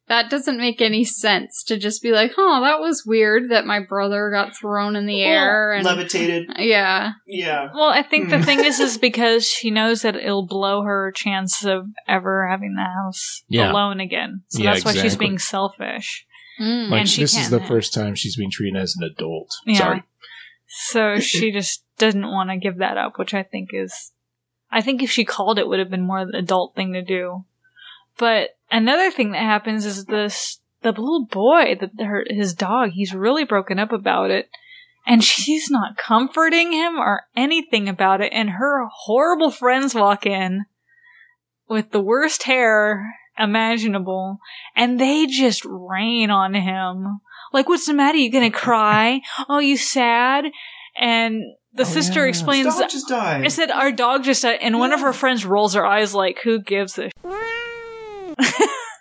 that doesn't make any sense to just be like, "Huh, that was weird that my brother got thrown in the air." And
levitated.
yeah.
Yeah,
Well, I think the
Hmm.
thing is, is because she knows that it'll blow her chance of ever having the house
Yeah.
alone again. So
Yeah,
that's why she's
exactly.
being selfish.
Mm.
Like
And she
this is the
can't.
first time she's been treated as an adult.
Yeah.
Sorry.
So she just doesn't want to give that up, which I think is. I think if she called it would have been more the adult thing to do. But another thing that happens is this the little boy that her his dog, he's really broken up about it. And she's not comforting him or anything about it, and her horrible friends walk in with the worst hair imaginable, and they just rain on him. Like, what's the matter? You gonna cry? Oh, you sad? And the
Oh,
sister
yeah.
His
explains
dog just died.
I said our dog just died, and one of her friends rolls her eyes like, "Who gives a?" Sh-?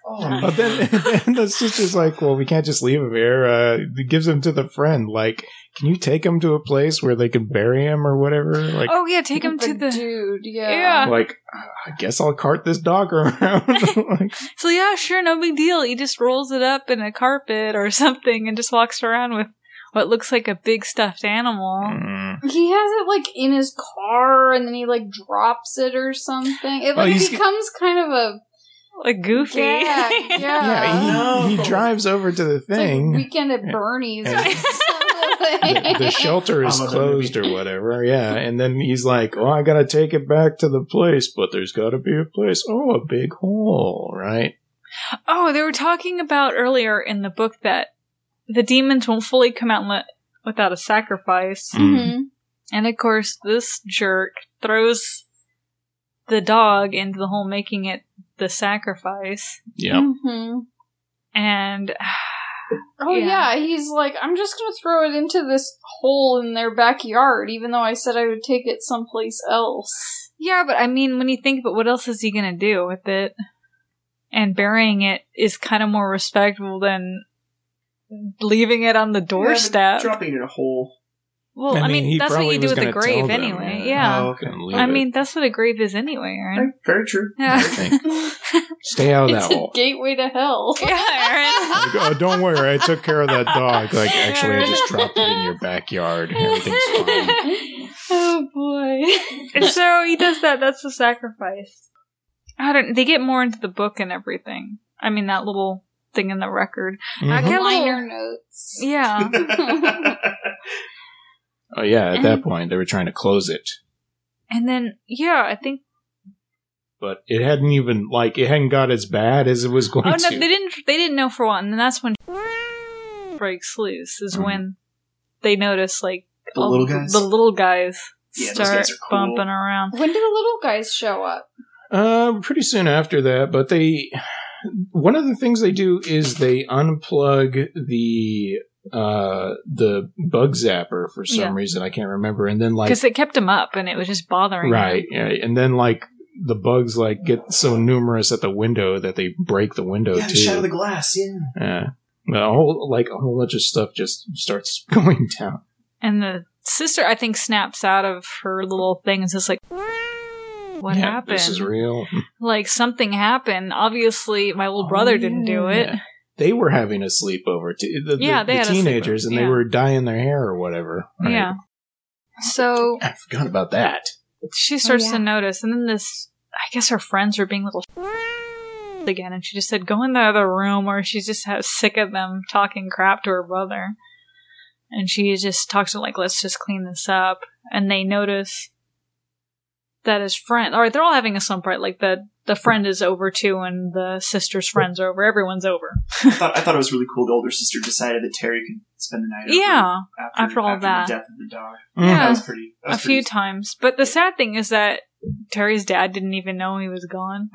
Oh,
But then, then the sister's like, "Well, we can't just leave him here." Uh, he gives him to the friend. Like, can you take him to a place where they can bury him or whatever? Like,
Oh yeah, take him to
But
the.
dude. Yeah.
Yeah.
like I guess I'll cart this dog around. like,
So yeah, sure, no big deal. He just rolls it up in a carpet or something and just walks around with what looks like a big stuffed animal.
mm.
He has it like in his car, and then he like drops it or something. It
Oh,
like
he's-
becomes kind of a
Like Goofy.
yeah, yeah.
yeah, he,
No.
he drives over to the
It's like
thing.
weekend at Bernie's. or
Yeah. the,
something.
the shelter is
I'm a
closed or whatever. Yeah, and then he's like, "Oh, I gotta take it back to the place, but there's gotta be a place. Oh, a big hole, right?
Oh, they were talking about earlier in the book that the demons won't fully come out unle- without a sacrifice.
Mm-hmm.
Mhm.
And of course, this jerk throws the dog into the hole, making it the sacrifice.
Yeah,
Mhm.
And
Oh
Yeah.
yeah. he's like, I'm just gonna throw it into this hole in their backyard, even though I said I would take it someplace else.
yeah, but I mean, when you think about what else is he going to do with it? And burying it is kind of more respectful than leaving it on the doorstep.
Dropping in a hole.
well, I mean,
he
that's what
probably
you do
was
with a
gonna tell
grave
them,
anyway. Yeah.
Oh, okay.
And leave
I
it.
mean, that's what a grave is anyway, Aaron.
Right, Very true.
I think. stay out of
it's
Oh, that
a
hole.
gateway to hell.
yeah, Aaron.
Like, oh, don't worry, I took care of that dog. Like, actually, I
Aaron.
just dropped it in your backyard. Everything's fine.
oh boy.
so he does that. That's the sacrifice. I don't. They get more into the book and everything. I mean, that little thing in the record.
Mhm.
get a little-
Liner notes.
Yeah.
Oh yeah, at that point they were trying to close it,
and then, yeah, I think.
but it hadn't even like it hadn't got as bad as it was going
Oh no,
to.
they didn't. They didn't know for a while, and then that's when breaks loose. Is
Mhm.
when they notice like
Mm-hmm. The
all
little guys?
Um, The little guys
Yeah, those
start
guys are cool.
bumping around.
When do the little guys show up?
Uh, pretty soon after that, but they. One of the things they do is they unplug the uh the bug zapper for some
Yeah.
reason I can't remember, and then like
Because it kept him up, and it was just bothering. him.
right, yeah, and then like the bugs like get so numerous at the window that they break the window
yeah,
too.
the shatter the glass. Yeah.
yeah. A whole like a whole bunch of stuff just starts going down.
And the sister, I think, snaps out of her little thing and is just like, "What
Yeah,
happened?
This is real.
like something happened. Obviously, my little
Oh,
brother didn't do it.
yeah. They were having a sleepover. T- the, the-
Yeah, they
the
had a
teenagers,
sleepover,
and they
yeah.
were dyeing their hair or whatever. right?
Yeah. So
I forgot about that. Oh,
she starts
yeah.
to notice, and then this, I guess her friends are being little again, and she just said, "Go in the other room," or she's just ha- sick of them talking crap to her brother, and she just talks to him like, "Let's just clean this up," and they notice that his friend, or they're all having a slump, right? Like the the friend is over too, and the sister's friends are over. Everyone's over.
I thought, I thought it was really cool. The older sister decided that Terry could spend the night. over
Yeah.
After,
after all
after
that.
the death of the dog.
Yeah.
That was pretty. That
a
was
few
pretty-
times. But the sad thing is that Terry's dad didn't even know he was gone.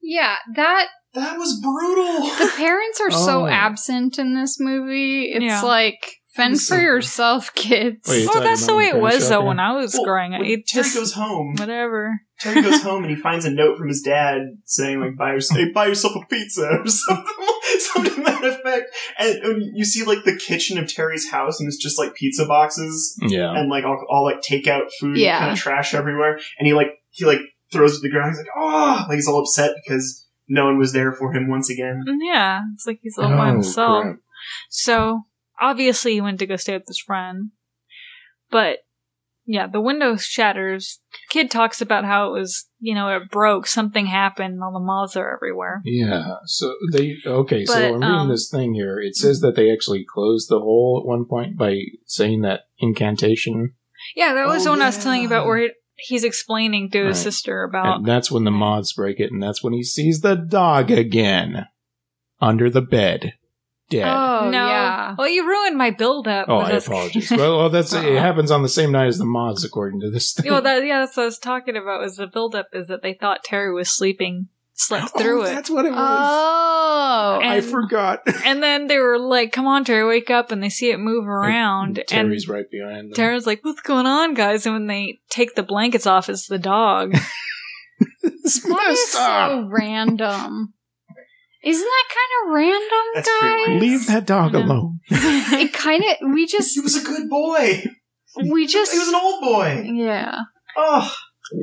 Yeah, that
That was brutal.
the parents are
Oh.
so absent in this movie. It's
Yeah.
like fend for yourself, kids.
Wait, You're
well,
talking
that's the
about
way
when
it
Terry
was
showed
though
up?
when I was
Well,
growing up.
when
It
Terry
just
goes home.
whatever.
Terry goes home and he finds a note from his dad saying like buy, your, hey, buy yourself a pizza or something, something to that effect. And, and you see like the kitchen of Terry's house and it's just like pizza boxes
Yeah.
and like all, all like takeout food,
Yeah.
kind of trash everywhere. And he like he like throws it to the ground. He's like oh, like he's all upset because no one was there for him once again.
And Mm, Yeah, it's like he's all by
Oh,
himself.
crap.
So obviously he went to go stay with his friend, but yeah, the window shatters. Kid talks about how it was, you know, it broke. Something happened. and All the moths are everywhere.
Yeah. So they okay. so
But,
I'm reading
um,
this thing here. It says that they actually closed the hole at one point by saying that incantation,
Yeah, that was
Oh,
the one I was telling you about
yeah.
where he- he's explaining to his
Right.
sister about.
and that's when the moths break it, and that's when he sees the dog again under the bed, dead.
Oh
no,
yeah.
well, you ruined my build-up.
oh,
with
I
us-
apologize. well, well, that's it
Uh-uh.
happens on the same night as the moths, according to this thing.
Yeah, well, that, yeah, that's what I was talking about. Was the buildup is that they thought Terry was sleeping slept through
oh,
it.
That's what it was.
Oh,
And-
I forgot.
And then they were like, "Come on, Terry, wake up!" And they see it move around, and
Terry's right behind them.
Tara's like, "What's going on, guys?" And when they take the blankets off, it's the dog.
It's
that is
messed
ah.
up.
so random. Isn't that kind of random,
That's pretty
guys?
random.
Leave that dog
I know.
alone.
It kind of. We
He
just.
was a good boy.
We just.
He was an old boy.
yeah.
Oh,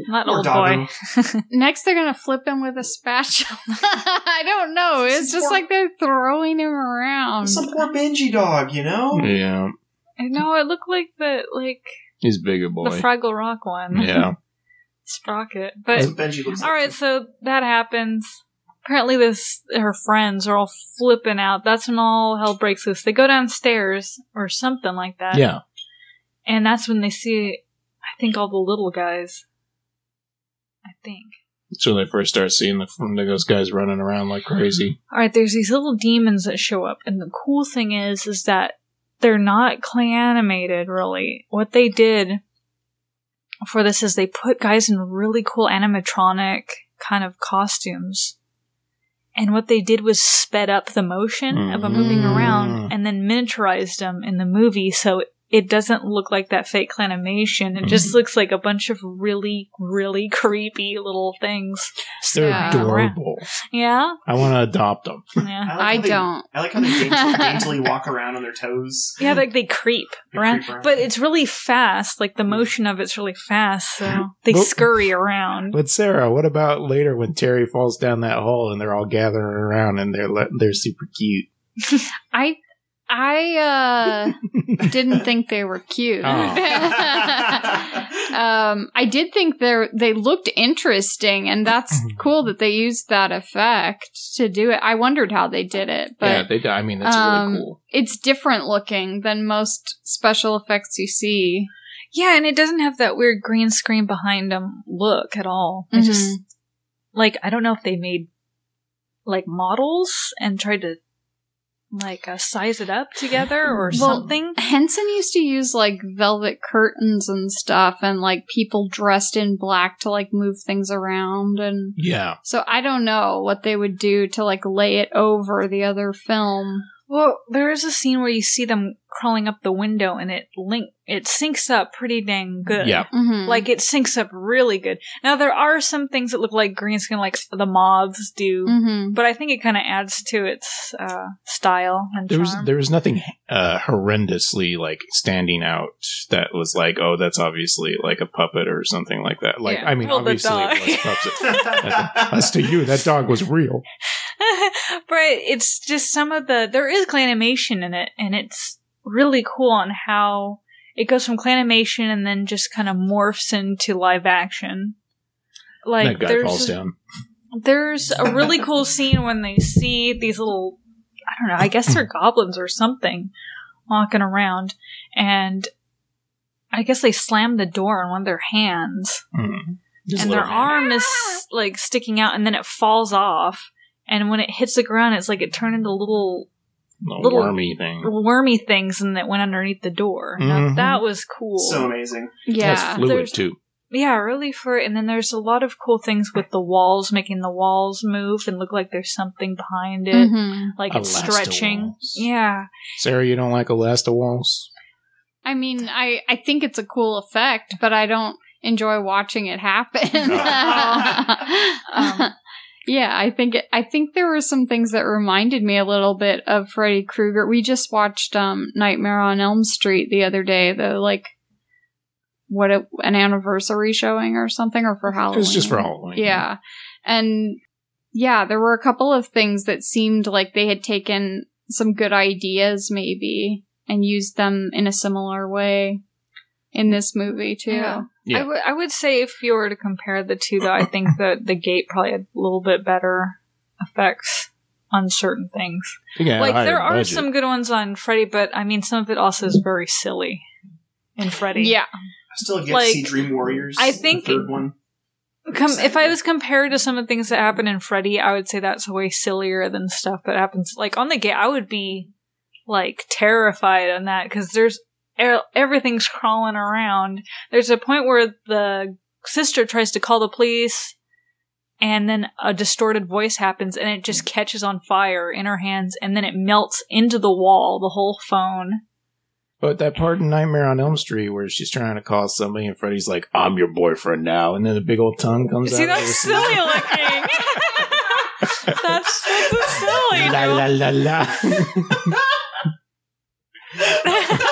Not
poor
old
Doggo.
boy.
Next, they're gonna flip him with a spatula. I don't know. It's
Some
just
poor-
like they're throwing him around.
Some poor Benji dog, you know?
Yeah,
I know it looked like the like
he's a bigger
the
boy.
Fraggle Rock one.
yeah,
Sprocket.
That's
But
what Benji looks like.
all right, so that happens. Apparently, this her friends are all flipping out. That's when all hell breaks loose. They go downstairs or something like that.
yeah.
and that's when they see, I think, all the little guys. I think.
So they first start seeing the those guys running around like crazy.
All right, there's these little demons that show up, and the cool thing is, is that they're not clay animated really. What they did for this is they put guys in really cool animatronic kind of costumes, and what they did was sped up the motion of
Mm-hmm.
them moving
Mm.
around, and then miniaturized them in the movie, so it doesn't look like that fake animation. It
Mm-hmm.
just looks like a bunch of really, really creepy little things.
They're
Yeah.
adorable.
Yeah,
I want to adopt them.
yeah.
like how
I
they-
don't.
I like how they daintily, daintily walk around on their toes.
Yeah, like they creep
They
around,
creep around. Mm.
but it's really fast. Like the motion of it's really fast, so they
Well-
scurry around.
But Sarah, what about later when Terry falls down that hole and they're all gathering around and they're le- they're super cute?
I I uh, didn't think they were cute.
Oh.
um, I did think they are they looked interesting, and that's cool that they used that effect to do it. I wondered how they did it, but
yeah, they. do. I mean, that's
um,
really cool.
it's different looking than most special effects you see.
Yeah, and it doesn't have that weird green screen behind them look at all. It just like I don't know if they made like models and tried to like uh, size it up together or
Well-
something.
Henson used to use like velvet curtains and stuff, and like people dressed in black to like move things around and
Yeah,
So I don't know what they would do to like lay it over the other film.
Well, there is a scene where you see them crawling up the window, and it link it syncs up pretty dang good.
yeah.
Mm-hmm.
Like it syncs up really good. Now there are some things that look like green screen, like the moths do,
Mm.
hmm
but I think it kind of adds to its uh, style and
There was
charm.
there was nothing uh, horrendously like standing out that was like, oh, that's obviously like a puppet or something like that. Like,
Yeah.
I mean,
Well, the
obviously
dog.
it was puppet. As to you, that dog was real.
but it's just some of the there is clanimation in it, and it's really cool on how it goes from clanimation and then just kind of morphs into live action. Like
that guy
there's
falls down.
there's a really cool scene when they see these little i don't know i guess they're goblins or something walking around and i guess they slam the door on one of their hands
Mhm. His
and their
little hand.
arm is like sticking out and then it falls off and when it hits the ground it's like it turned into little
little,
little-
wormy thing.
wormy things and that went underneath the door now
Mhm.
that was cool
so amazing.
That's
Yeah.
fluid
There's-
too.
Yeah, really for and then there's a lot of cool things with the walls, making the walls move and look like there's something behind it.
Mhm.
Like it's
Elastigirls.
stretching. Yeah.
Sarah, you don't like Elastigirls?
I mean, I I think it's a cool effect, but I don't enjoy watching it happen.
Um,
yeah, I think it, I think there were some things that reminded me a little bit of Freddy Krueger. We just watched um Nightmare on Elm Street the other day, the like what it, an anniversary showing or something or for Halloween.
It was just for Halloween.
Yeah. And yeah, there were a couple of things that seemed like they had taken some good ideas maybe and used them in a similar way in this movie too.
Yeah.
Yeah.
I, w- I would say if you were to compare the two though, I think that the gate probably had a little bit better effects on certain things.
They got a
like
higher
there are
budget.
some good ones on Freddy, but I mean some of it also is very silly in Freddy.
Yeah.
I still get
Like,
to see Dream Warriors.
I think-
the third one.
Com- if I was compared to some of the things that happen in Freddy, I would say that's way sillier than stuff that happens. Like on the gate, I would be like terrified on that because there's er- everything's crawling around. There's a point where the sister tries to call the police, and then a distorted voice happens and it just catches on fire in her hands and then it melts into the wall, the whole phone.
But that part in Nightmare on Elm Street where she's trying to call somebody and Freddy's like, "I'm your boyfriend now," and then a big old tongue comes
See,
out. of
that's
his-
silly looking. that's, that's a silly.
La la la la.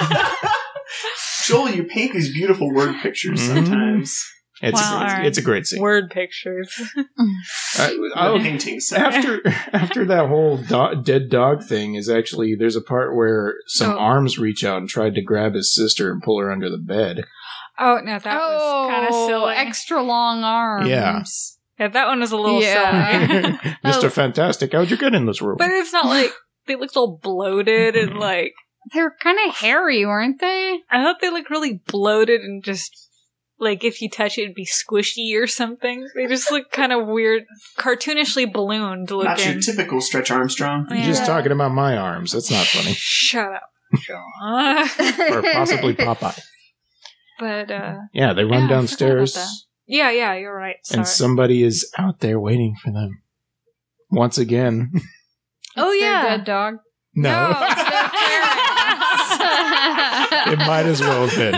Joel, you paint these beautiful word pictures
Mhm.
sometimes.
It's
Wow,
a,
alright.
great, it's a great scene.
Word pictures.
I-
Word
I'll-
paintings.
after after that whole do- dead dog thing is actually there's a part where some
Oh.
arms reach out and tried to grab his sister and pull her under the bed.
Oh no, that was kind of silly.
Oh, Extra long arms.
Yeah.
yeah, that one was a little
Yeah.
silly.
Mister Fantastic, how'd you get in this room?
Uh, oh. but it's not like they looked all bloated and like
They were
Oh.
kind of hairy, weren't they?
I thought they looked really bloated and just like if you touch it, it'd be squishy or something. They just look kind of weird, cartoonishly ballooned
Not your
looking.
typical Stretch Armstrong.
You're just
Yeah.
talking about my arms. That's not funny.
Shut up, John.
or possibly Popeye.
but uh,
Yeah, they
Yeah, I
run
forgot about
downstairs
that. yeah, yeah, you're right. Sorry.
and somebody is out there waiting for them. Once again,
oh
Their
yeah,
dead dog.
no,
it's their parents.
it might as well have been.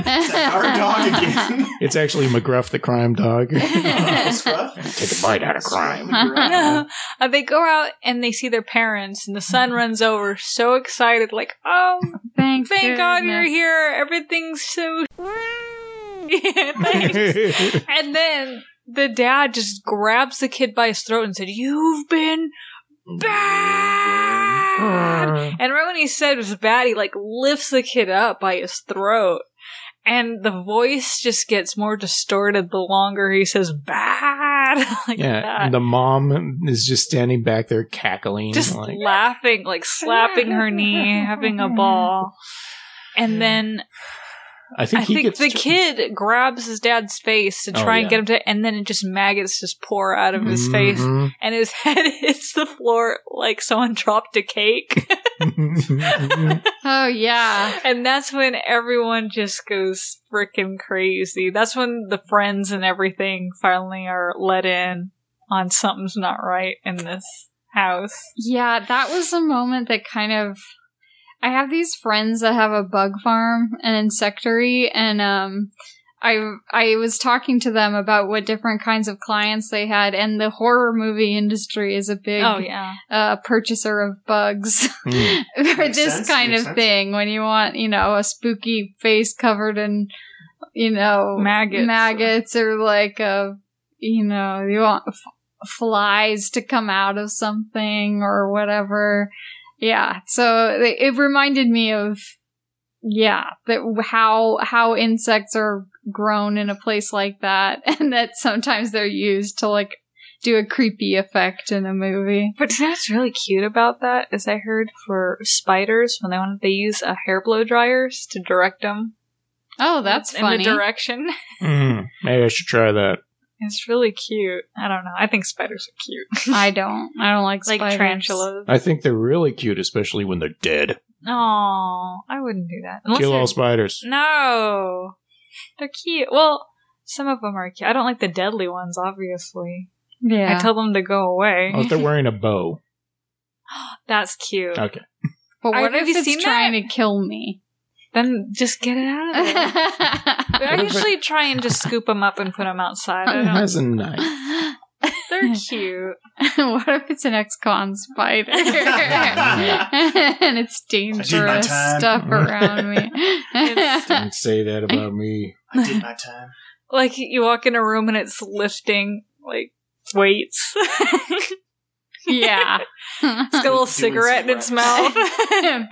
Our dog again.
It's actually McGruff the crime dog.
Uh, Scruff.
Take a bite out of crime.
Scruff.
Uh, they go out and they see their parents, and the son runs over, so excited, like, "Oh,
Mm-hmm. Thank,
thank God you're
goodness.
here! Everything's so." Yeah, thanks. and then the dad just grabs the kid by his throat and said, "You've been bad." And right when he said it was bad, he like lifts the kid up by his throat. And the voice just gets more distorted the longer he says bad like that.
yeah, and the mom is just standing back there cackling.
just
like,
laughing, like slapping her knee, having a ball. And then
I think
I
he
think
gets
the
tr-
kid grabs his dad's face to
Oh,
try
yeah.
and
Mm-hmm.
get him to, and then it just maggots just pour out of his face, and his head hits the floor like someone dropped a cake.
Mhm.
Oh yeah.
and that's when everyone just goes freaking crazy. That's when the friends and everything finally are let in on something's not right in this house.
Yeah, that was a moment that kind of. I have these friends that have a bug farm and insectary, and um, I I was talking to them about what different kinds of clients they had, and the horror movie industry is a big
Oh, yeah.
uh, purchaser of bugs
Mm.
for
Makes
this
sense,
kind
makes
of
sense.
thing. When you want, you know, a spooky face covered in, you know,
Maggots.
maggots or like a you know you want f- flies to come out of something or whatever yeah so it it reminded me of yeah that how how insects are grown in a place like that and that sometimes they're used to like do a creepy effect in a movie
But you know what's really cute about that is I heard for spiders when they want they use a hair blow dryers to direct them.
oh that's
in
funny
the direction.
Mm. Maybe I should try that.
It's really cute. I don't know. I think spiders are cute.
i don't i don't like
like
spiders.
tarantulas.
I think they're really cute, especially when they're dead.
No, I wouldn't do that. Unless
Kill all
they're-
spiders.
No, they're cute. Well, some of them are cute. I don't like the deadly ones, obviously.
yeah
I tell them to go away.
Oh, if they're wearing a bow.
That's cute.
Okay.
but
I-
what
have
if
you
it's
seen
trying to kill me
Then just get it out of there. But I usually try and just scoop them up and put them outside. I
It
don't,
has a knife.
they're cute.
what if it's an ex-con spider and it's dangerous
time.
stuff around me?
It's-
Don't say that about me.
I did my time.
Like you walk in a room and it's lifting like weights. it's
yeah,
got a little
Doing
cigarette in its mouth.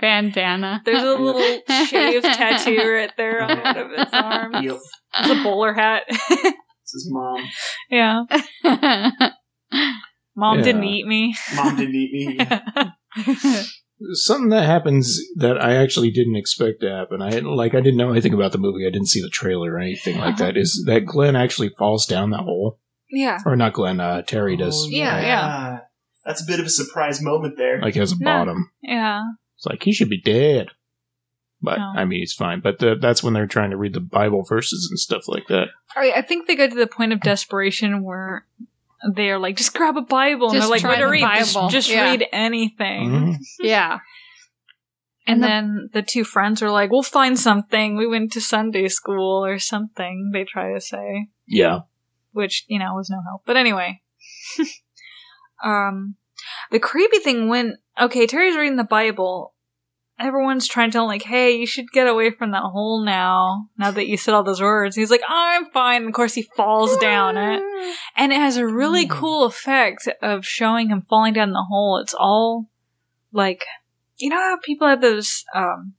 bandana.
There's a little shaved tattoo right there on one of its arms.
Yep.
It's a bowler hat.
This is mom.
yeah. Mom
Yeah.
didn't eat me.
Mom didn't eat me.
Something that happens that I actually didn't expect to happen. I like I didn't know anything about the movie. I didn't see the trailer or anything like
Uh-huh.
that. Is that Glenn actually falls down that hole?
yeah.
Or not Glenn? Uh, Terry does.
Oh,
Yeah, yeah.
That's a bit of a surprise moment there.
Like has a
No.
bottom.
Yeah.
It's like he should be dead. But
No.
I mean, he's fine. But the, that's when they're trying to read the Bible verses and stuff like that.
All right, I think they got to the point of desperation where they're like, just grab a Bible. and
Just
they're like,
try
what to
the
read? Just,
Bible.
just
Yeah.
read anything.
Mhm.
Yeah.
And
And the-
then the two friends are like, we'll find something. We went to Sunday school or something, they try to say,
Yeah.
which, you know, was no help. But anyway. um, the creepy thing when, okay, Terry's reading the Bible. Everyone's trying to tell him, like, hey, you should get away from that hole now, now that you said all those words. He's like, I'm fine. And of course, he falls down it. And it has a really
Mm.
cool effect of showing him falling down the hole. It's all like, you know how people have those, um,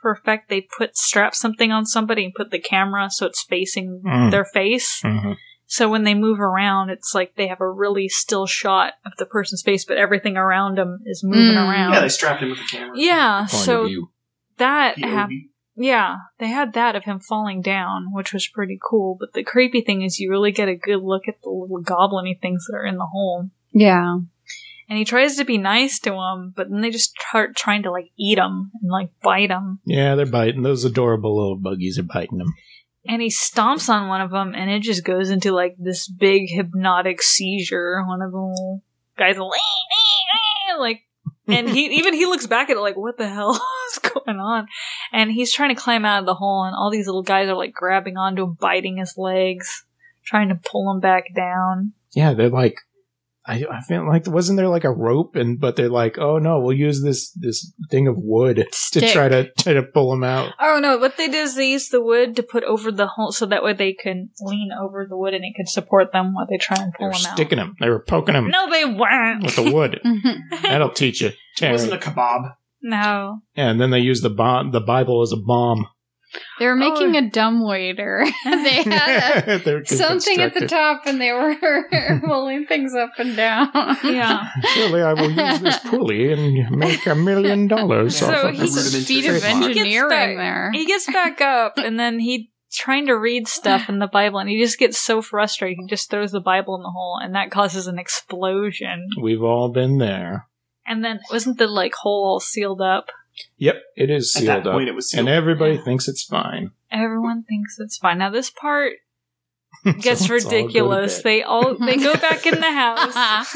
for effect, they put strap something on somebody and put the camera so it's facing
Mm.
their face.
Mhm.
So when they move around, it's like they have a really still shot of the person's face, but everything around them is moving
Mm.
Oh,
around.
Yeah, they strapped him with the camera.
yeah,
Point of
so
view.
that
He
happened.
OD'd.
Yeah, they had that of him falling down, which was pretty cool. But the creepy thing is, you really get a good look at the little goblin-y things that are in the hole.
Yeah.
And he tries to be nice to him, but then they just start trying to like eat him and like bite him.
Yeah, they're biting. Those adorable little buggies are biting them.
And he stomps on one of them, and it just goes into like this big hypnotic seizure. One of the guys like, like and he even he looks back at it like what the hell is going on and he's trying to climb out of the hole and all these little guys are like grabbing onto him biting his legs trying to pull him back down
yeah, they're like, I, I feel like wasn't there like a rope and but they're like, oh no, we'll use this this thing of wood to
Stick.
try to try to pull them out.
oh no what they did is they used the wood to put over the hole so that way they can lean over the wood and it could support them while they try and
They
pull
were
him
sticking them. They were poking
out
them
no they weren't
with the wood.
Mhm.
That'll teach you.
It
Terry.
wasn't a kebab.
no
and then they used the bomb, the Bible as a bomb.
they were making
Oh.
a dumb waiter. they had
They're
a, something at the
deconstructed.
top and they were rolling things up and down.
yeah
Surely I will use this pulley and make a million dollars
So
off of
he's
this.
a
Feet of
trademark.
He gets
engineering
stuck.
there.
He gets back up and then he trying to read stuff in the Bible and he just gets so frustrated he just throws the Bible in the hole and that causes an explosion.
We've all been there.
And then wasn't the like hole all sealed up?
Yep, it is
At that
sealed up.
point, it was sealed.
And everybody thinks it's fine.
Everyone thinks it's fine. Now this part gets
So let's all go to bed.
ridiculous. they all they go back in the house.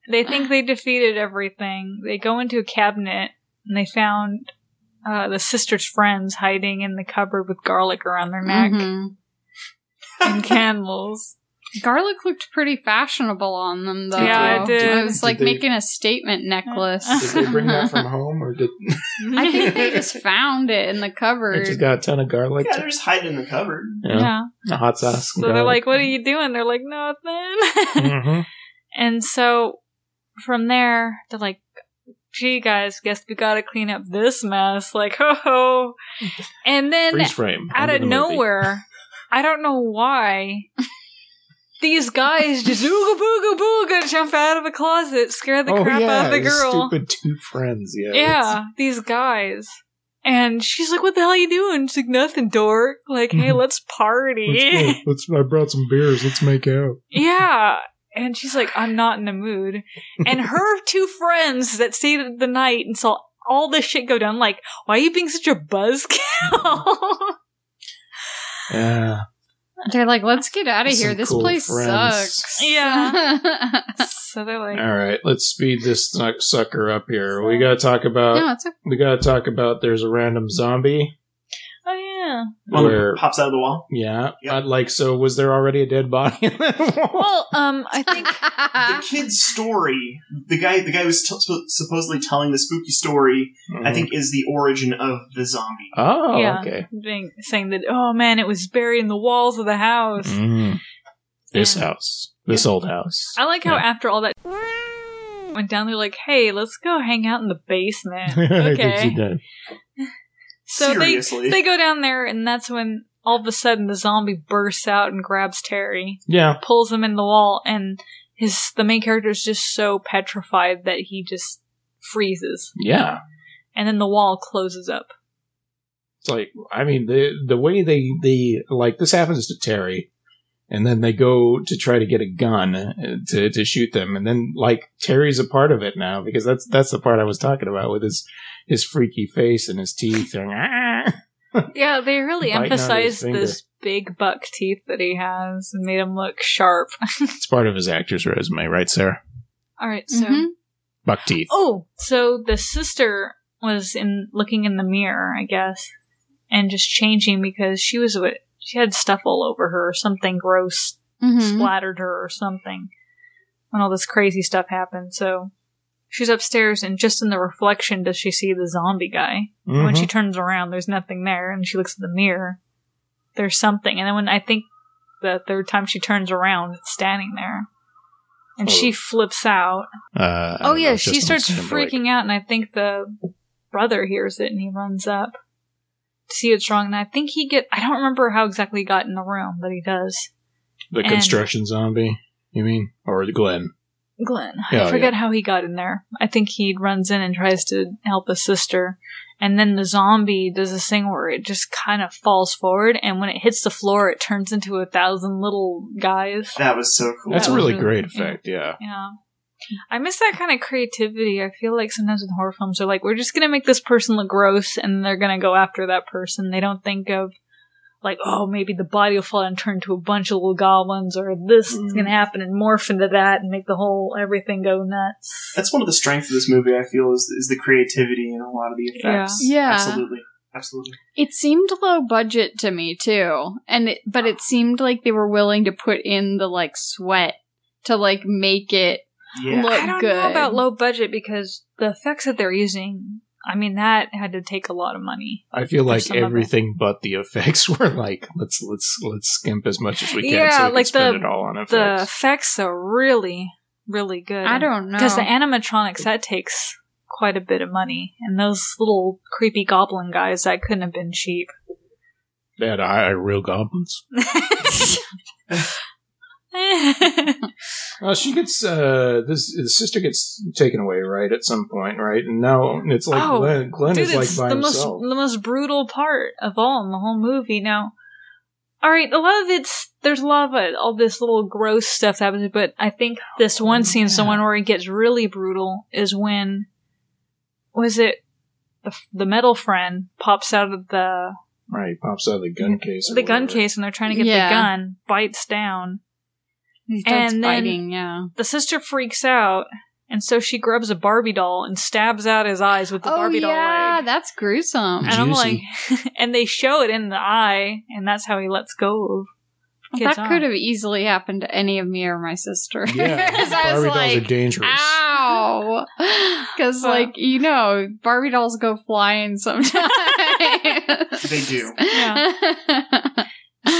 they think they defeated everything. They go into a cabinet and they found uh, the sister's friends hiding in the cupboard with garlic around their neck
Mhm. Mm-hmm.
and candles.
Garlic looked pretty fashionable on them, though.
Yeah, it did.
I was
Did
like
they-
making a statement necklace.
Did they bring that from home, or did
I think they just found it in the
they
cupboard.
just got a ton of garlic?
yeah, they're just hiding in the cupboard.
Yeah,
yeah.
a hot sauce.
So they're like, "What are you doing?" They're like, "Nothing."
hmm
and so from there, they're like, "Gee, guys, guess we gotta clean up this mess." Like, ho ho. And then
freeze frame
out
end
of
the movie.
nowhere, I don't know why. These guys just ooga booga booga jump out of a closet, scare the
oh,
crap
yeah,
out of the
these
girl.
Stupid two friends. Yeah, it's-
Yeah, these guys. And she's like, "What the hell are you doing?" She's like, "Nothing, dork. Like, hey, let's
Mm-hmm. Let's
party."
go. Let's, I brought some beers. Let's make out.
yeah. And she's like, "I'm not in the mood." And her two friends that stayed the night and saw all this shit go down, like, "Why are you being such a buzzkill?"
Yeah,
They're like, let's get out of
Some
here. This
cool
place
friends.
sucks.
Yeah. so they're like,
All right, let's speed this suck- sucker up here. We gotta talk about.
no, it's okay.
We gotta talk about. There's a random zombie.
"Oh yeah."
One
Where?
that pops out of the wall.
Yeah,
Yep.
I'd like. So, was there already a dead body in that wall?
Well, um, I think
Uh-huh.
The kid's story, the guy, the guy who's t- suppo- supposedly telling the spooky story,
Mm-hmm.
I think is the origin of the zombie.
Oh,
Yeah.
okay.
being, saying that, "Oh man, it was buried in the walls of the house."
Mm. This
Yeah. Oh,
house, this old house.
I like how
Yeah.
after all that went down, they're like, "Hey, let's go hang out in the basement."
Did you
Okay,
know?
so they
Seriously,
they go down there, and that's when all of a sudden the zombie bursts out and grabs Terry,
Yeah,
pulls him in the wall, and his the main character is just so petrified that he just freezes,
yeah.
and then the wall closes up.
It's like I mean the the way they they like this happens to Terry, and then they go to try to get a gun uh, to to shoot them, and then like Terry's a part of it now because that's that's the part I was talking about with his his freaky face and "Ah!" his teeth. And,
Yeah, they really
Biting out of his
emphasize
finger.
this big buck teeth that he has and made him look sharp.
It's part of his actor's resume, right, Sarah?
All right, so
Mhm.
Buck teeth.
oh, so the sister was in looking in the mirror, I guess, and just changing because she was what she had stuff all over her, or something gross
Mm-hmm.
Mhm.
splattered her or something when all this crazy stuff happened. So she's upstairs, and just in the reflection, does she see the zombie guy? And When
Mhm.
she turns around, there's nothing there, and she looks at the mirror. There's something, and then when I think the third time she turns around, it's standing there, and
Oh.
she flips out.
Uh, I
Oh
don't know,
yeah, she
Justin
starts
Timberlake.
freaking out, and I think the brother hears it, and he runs up to see what's wrong. And I think he get—I don't remember how exactly he got in the room, but he does.
The
and-
construction zombie, you mean? Or the Glenn?
Glenn.
Yeah,
I forget how he got in there. I think he runs in and tries to help his sister. And then the zombie does this thing where it just kind of falls forward, and when it hits the floor, it turns into a thousand little guys.
That was so cool.
That's a
was
really
really-
great
yeah.
effect, yeah.
Yeah. I miss that kind of creativity. I feel like sometimes with horror films, they're like, we're just going to make this person look gross, and they're going to go after that person. They don't think of, like, oh, maybe the body will fall and turn into a bunch of little goblins, or this is
Mm.
going to happen and morph into that and make the whole everything go nuts.
That's one of the strengths of this movie. I feel is, is the creativity in a lot of the effects.
Yeah. Yeah.
absolutely, absolutely.
It seemed low budget to me too, and it, but it seemed like they were willing to put in the like sweat to like make it.
Yeah,
Look-
I don't know
good.
about low budget because the effects that they're using, I mean, that had to take a lot of money.
I feel like
some of it.
everything but the effects were like let's let's let's skimp as much as we can
Yeah,
so we can
like
spend
the-
it all on
The
effects.
effects are really, really good.
I don't know
because the animatronics that takes quite a bit of money, and those little creepy goblin guys that couldn't have been cheap.
They had eye real goblins. Uh, she gets uh, this the sister gets taken away right at some point, right? And now it's like
Oh,
Glenn, Glenn
Dude,
is like
it's
by
the
himself.
most the most brutal part of all in the whole movie. Now, all right, a lot of it's there's a lot of it, all this little gross stuff that happens, but I think this one scene, the
yeah.
one where it gets really brutal, is when was it the the metal friend pops out of the
right, he pops out of the gun case. or
the gun
whatever.
case and they're trying to get
Yeah.
the gun, bites down.
He starts
and then-
fighting, yeah.
The sister freaks out. And so she grabs a Barbie doll and stabs out his eyes with the
oh
Barbie doll.
yeah,
leg.
that's gruesome.
And I'm like, and they show it in the eye, and that's how he lets go of.
Well,
kids'
that could
eye.
have easily happened to any of me or my sister.
yeah,
'Cause I was
Barbie dolls are
like,
dangerous.
"Ah."
ow, because
Well.
like you know, Barbie dolls go flying sometimes.
they do.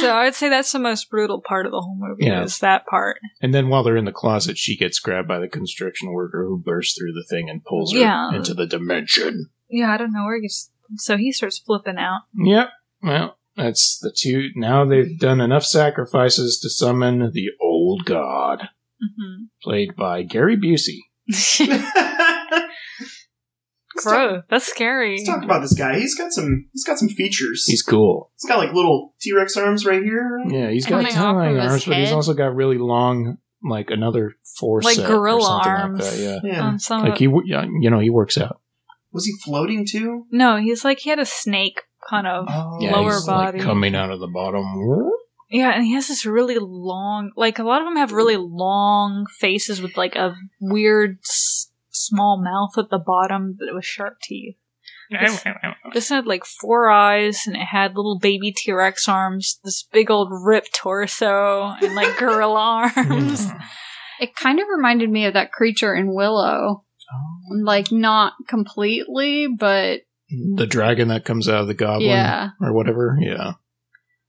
So I would say that's the most brutal part of the whole movie
Yeah.
is that part.
And then while they're in the closet, she gets grabbed by the construction worker who bursts through the thing and pulls her
Yeah.
into the dimension.
Yeah, I don't know where he gets. So he starts flipping out.
Yep. Well, that's the two. Now they've done enough sacrifices to summon the old god,
Mm-hmm.
played by Gary Busey.
Let's talk-
Gross. That's scary.
Let's talk about this guy. He's got some. He's got some features.
He's cool.
he's got like little T Rex arms right here. right?
Yeah, he's got
Coming off
towering
of his
arms, but he's
head.
also got really long, like another four
Like
set or
gorilla
something
arms.
like that. Yeah,
Yeah.
Um, some of
like
it-
he, wo- yeah, you know, he works out.
Was he floating too?
no, he's like he had a snake kind of.
Oh,
Yeah,
Lower
he's,
body.
like coming out of the bottom.
Yeah, and he has this really long. Like a lot of them have really long faces with like a weird s- small mouth at the bottom that with sharp teeth. This- This had like four eyes, and it had little baby T Rex arms, this big old ripped torso, and like gorilla arms.
It kind of reminded me of that creature in Willow. Like, not completely, but
the dragon that comes out of the goblin
yeah.
or whatever. Yeah.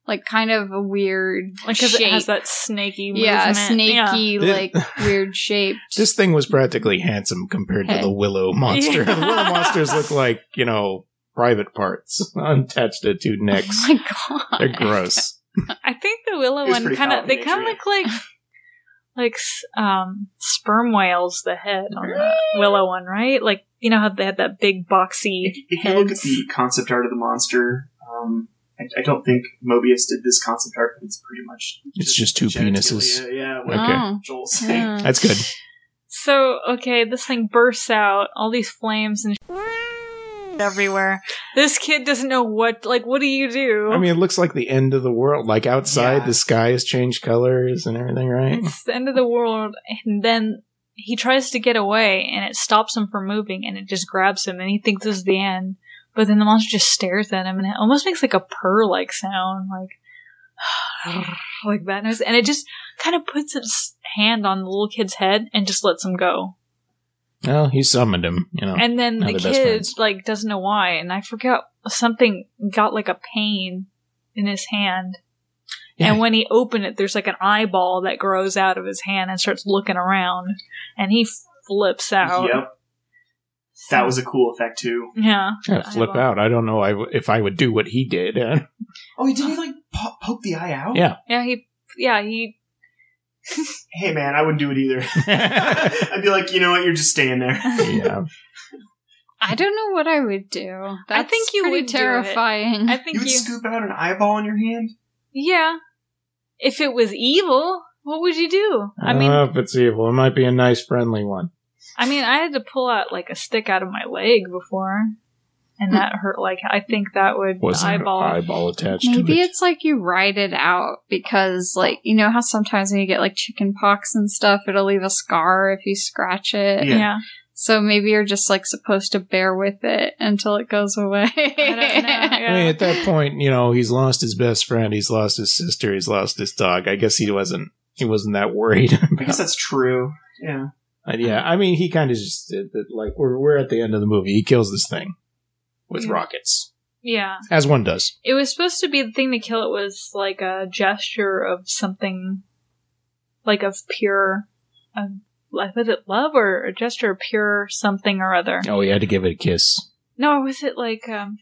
Like, kind of a weird
Like, because
shape.
it has that snaky movement.
yeah,
Yeah.
snaky,
Yeah.
like, weird shape.
This thing was practically handsome compared to
Hey.
the willow monster.
Yeah.
the willow monsters look like, you know, private parts attached to two
Oh
necks.
my god.
They're gross.
I think the willow
It was
one
pretty
kind of,
common
they
in
kind of
nature,
look like, like s- um, sperm whales, the head on the willow one, right? Like, you know how they had that big boxy
If, if you
head?
look at the concept art of the monster, um, I, I don't think Mobius did this concept art, but it's pretty much.
It's just two
genitalia.
penises.
Yeah, what
Okay.
Oh.
Joel's saying.
Yeah.
That's good.
So, okay, this thing bursts out, all these flames and everywhere. This kid doesn't know what. Like, what do you do?
I mean, it looks like the end of the world. Like outside,
Yeah.
the sky has changed colors and everything, right?
It's the end of the world, and then he tries to get away, and it stops him from moving, and it just grabs him, and he thinks this is the end. But then the monster just stares at him, and it almost makes like a purr-like sound, like like that noise, and it just kind of puts its hand on the little kid's head and just lets him go.
Well, he summoned him, you know.
Mm-hmm. And then
Now
the
they're Oh, best
kid
friends.
like doesn't know why, and I forget something got like a pain in his hand.
yeah,
And when he opened it, there's like an eyeball that grows out of his hand and starts looking around, and he flips out.
Yep. That was a cool effect too.
yeah.
yeah, flip
eyeball.
out. I don't know I w- if I would do what he did.
Oh, did he like po- poke the eye out?
yeah.
Yeah, he yeah he
Hey man, I wouldn't do it either. I'd be like, you know what? You're just staying there.
yeah.
I don't know what I would do.
I
That's
think you
pretty
would do it.
terrifying.
I
You
think
would
you
scoop out an eyeball in your hand.
yeah. If it was evil, what would you do? I mean,
don't know if it's evil. It might be a nice, friendly one.
I mean, I had to pull out like a stick out of my leg before, and
Hmm.
that hurt. Like I think that would
Was
the
an
eyeball.
eyeball attached
Maybe
to it?
it's like you ride it out because, like, you know how sometimes when you get like chicken pox and stuff, it'll leave a scar if you scratch it.
Yeah.
yeah.
So maybe you're just like supposed to bear with it until it goes away.
don't know, yeah.
I mean, at that point, you know, he's lost his best friend, he's lost his sister, he's lost his dog. I guess he wasn't he wasn't that worried.
I
About
guess that's true. Yeah.
And yeah, I mean, he kind of just did that. Like we're we're at the end of the movie. He kills this thing with
Yeah.
rockets,
yeah.
as one does.
It was supposed to be the thing to kill it was like a gesture of something, like of pure, of, like, was it love or a gesture of pure something or other?
Oh, he had to give it a kiss.
No, was it like, um,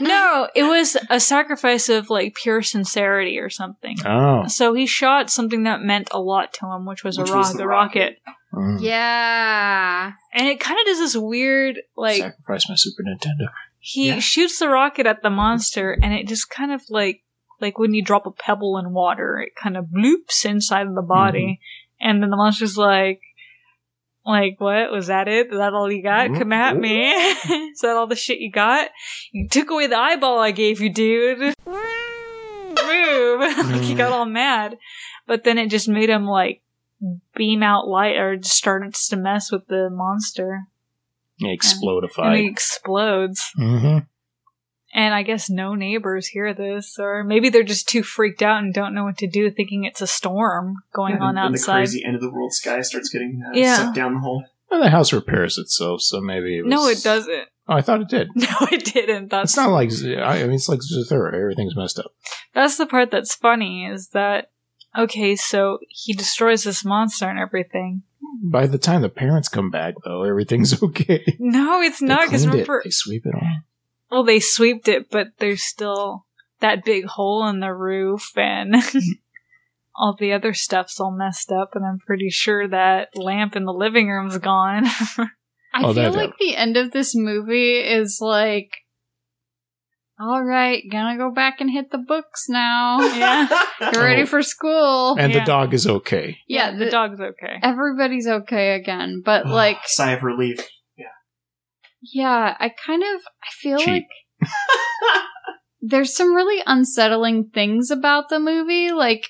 no, it was a sacrifice of like pure sincerity or something.
Oh,
So he shot something that meant a lot to him, which was
Which
a rock,
was the
a rocket.
Mm.
yeah.
And it kind of does this weird, like,
sacrifice my Super Nintendo.
he
Yeah.
shoots the rocket at the monster and it just kind of like like when you drop a pebble in water it kind of bloops inside of the body and then the monster's like like what was that it is that all you got
Mhm.
come at me is that all the shit you got you took away the eyeball i gave you dude move like he got all mad but then it just made him like beam out light or just started to mess with the monster
It
and he
explodified.
explodes
Mm-hmm.
and I guess no neighbors hear this, or maybe they're just too freaked out and don't know what to do, thinking it's a storm going
And-
on
and the
outside.
crazy end of the world sky starts getting uh,
Yeah.
sucked down the hole.
Well, the house repairs itself, so maybe it was...
no, it doesn't.
Oh, I thought it did.
No, it didn't. That's
It's not like Z- I I mean, it's like Zathura. Everything's messed up.
that's the part that's funny is that okay, so he destroys this monster and everything.
By the time the parents come back, though, everything's okay.
No, it's
They
not because
cleaned it.
remember,
they sweep it all.
well, they sweeped it, but there's still that big hole in the roof and. All the other stuff's all messed up, and I'm pretty sure that lamp in the living room's gone.
I
Oh,
feel
that-
like the end of this movie is like, all right, gonna go back and hit the books now.
yeah.
Get ready
Oh.
for school.
And
Yeah.
the dog is okay.
yeah,
the
the-
dog's okay.
everybody's okay again, but like,
Sigh of relief.
yeah, I kind of I feel
Cheap.
like there's some really unsettling things about the movie. Like,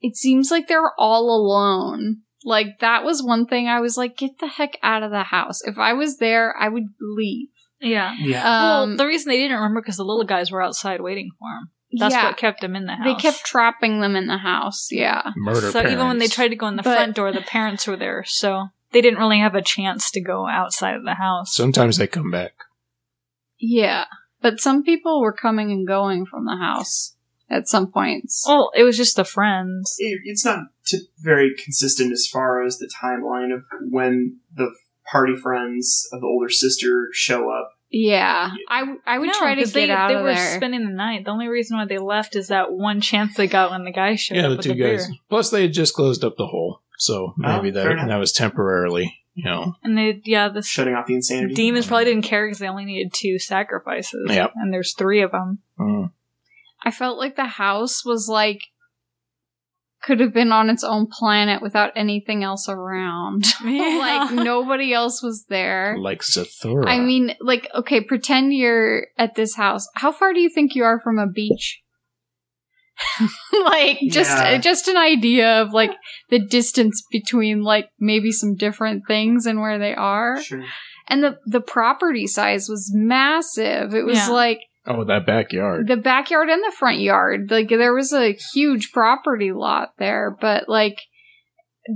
it seems like they're all alone. Like, that was one thing I was like, get the heck out of the house. If I was there, I would leave.
Yeah.
Yeah.
Um,
well, the reason they didn't remember because the little guys were outside waiting for him. That's what kept him in the house.
They kept trapping them in the house, yeah.
Murder.
So even when they
parents.
tried to go in the
But-
front door, the parents were there, so they didn't really have a chance to go outside of the house.
sometimes they come back.
Yeah. But some people were coming and going from the house at some points.
well, it was just the friends.
It- it's not t- very consistent as far as the timeline of when the party friends of the older sister show up.
Yeah. I, I would
No,
try to
'cause
get
they,
out
They
of
were
there.
spending the night. The only reason why they left is that one chance they got when the guy showed
Yeah,
up
the
with
two
the
guys. Oh,
beer,
Plus, they had just closed up the hole, so maybe
fair
that
enough.
that was temporarily. You know,
and they yeah this
Shutting off the insanity.
demons probably didn't care because they only needed two sacrifices.
Yep.
and there's three of them.
Mm.
I felt like the house was like could have been on its own planet without anything else around. like nobody else was there.
like Zathura.
I mean, like, okay, pretend you're at this house. How far do you think you are from a beach? like just
Yeah.
just an idea of like the distance between like maybe some different things and where they are.
Sure.
And the the property size was massive. It was
Yeah.
like
oh, that backyard.
the backyard and the front yard. Like there was a huge property lot there, but like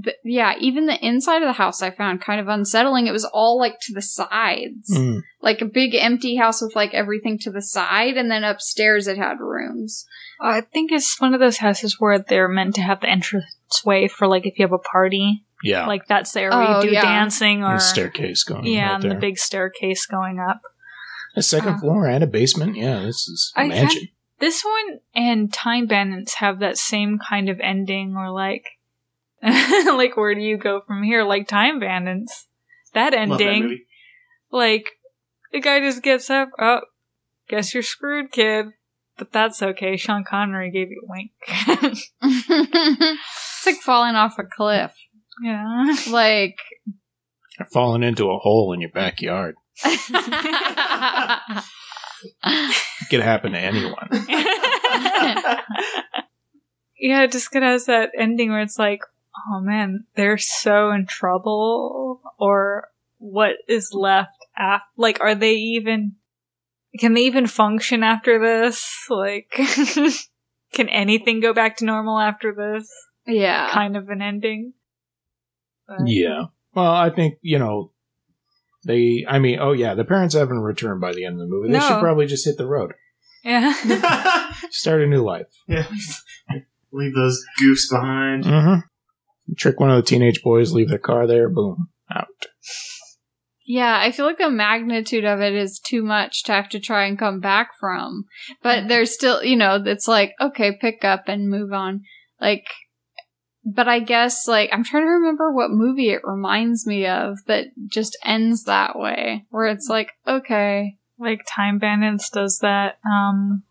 th- yeah, even the inside of the house I found kind of unsettling. It was all like to the sides
Mm.
like a big empty house with like everything to the side and then upstairs it had rooms
I think it's one of those houses where they're meant to have the entrance way for like if you have a party,
Yeah,
like that's there where
Oh,
you do
yeah.
dancing or
the staircase going.
yeah,
right
and
there.
the big staircase going up.
a second
uh,
floor and a basement. Yeah, this is
I had-
magic.
This one and Time Bandits have that same kind of ending or like like where do you go from here? Like Time Bandits. That
Love that
ending.
movie.
like the guy just gets up, oh guess you're screwed, kid. But that's okay. Sean Connery gave you a wink.
it's like falling off a cliff
yeah.
like
Falling into a hole in your backyard
i
it could happen to anyone.
yeah, just it has that ending where it's like, oh man, they're so in trouble, or what is left after? Like, are they even? Can they even function after this? Like, can anything go back to normal after this?
yeah
Kind of an ending. But-
Yeah. Well, I think you know they. I mean, oh yeah, the parents haven't returned by the end of the movie. They
No.
should probably just hit the road,
Yeah.
start a new life.
yeah. Leave those goofs behind.
Mm-hmm. Trick one of the teenage boys, leave their car there, boom, out.
yeah i feel like the magnitude of it is too much to have to try and come back from but there's still you know it's like okay pick up and move on like but i guess like i'm trying to remember what movie it reminds me of that just ends that way where it's like okay
like Time Bandits does that. Um,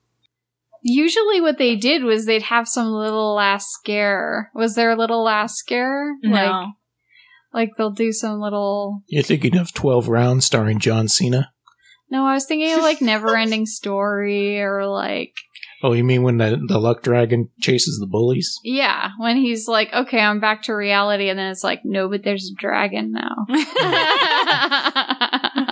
usually what they did was they'd have some little last scare. Was there a little last scare? Like,
no.
like they'll do some little.
You're thinking of Twelve Rounds starring John Cena.
No, I was thinking of like never ending story or like
Oh, you mean when the, the luck dragon chases the bullies?
yeah, when he's like, okay, I'm back to reality, and then it's like, no, but there's a dragon now.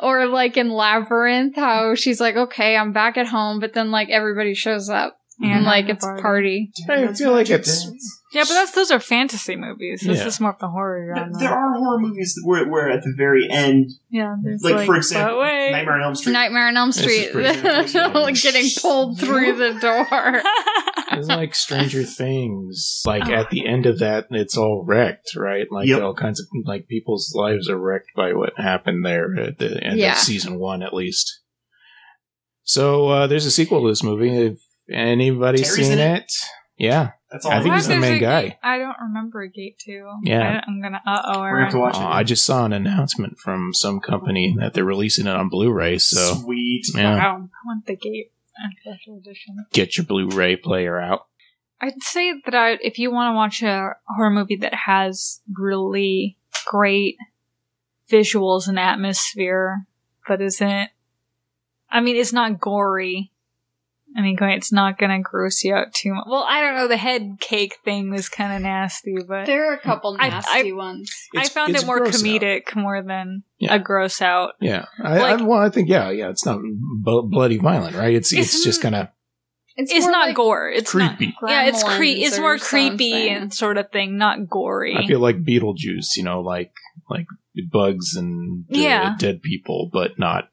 or like in Labyrinth, how she's like, okay, I'm back at home, but then like everybody shows up and
And
Mm-hmm. like
the
it's a
Mm-hmm. party.
party.
I
That's
feel like
magic
it's-
dance.
Yeah, but that's those are fantasy movies. This
Yeah.
is more of the horror
Th-
genre.
There are horror movies that where, where at the very end,
yeah, there's
like,
like,
for example,
but wait.
Nightmare on Elm Street.
Nightmare on Elm
This is
Street.
pretty
good.
Getting pulled through the door.
It's like Stranger Things. Like
Oh.
at the end of that, it's all wrecked, right? Like
Yep.
all kinds of like people's lives are wrecked by what happened there at the end
Yeah.
of season one, at least. So uh, there's a sequel to this movie. Have anybody
Terry's
seen
in
it?
it?
Yeah,
That's all.
I think
know.
he's the
There's
main
a-
guy.
I don't remember Gate 2.
Yeah.
I don't- I'm gonna, uh oh.
We're gonna have to watch
Uh,
it.
I just saw an announcement from some company that they're releasing it on Blu-ray. So
Sweet.
yeah,
Wow. I want the Gate special edition.
get your Blu-ray player out.
I'd say that I, if you want to watch a horror movie that has really great visuals and atmosphere, but isn't, I mean, it's not gory. I mean, it's not going to gross you out too much. Well, I don't know. The head cake thing was kind of nasty, but
There are a couple
I-
nasty ones.
I
It's-
found
it's
it more
gross out.
comedic more than
Yeah.
a gross out.
Yeah, I,
Like-
I, well, I think yeah, yeah. It's not b- bloody violent, right? It's it's,
It's-
just kind of
It's
more
not
like
gore. It's not.
creepy.
Yeah, it's cre-
Gremlins
It's
or
more creepy
something.
and sort of thing, not gory.
I feel like Beetlejuice, you know, like like bugs and uh,
Yeah.
dead people, but not.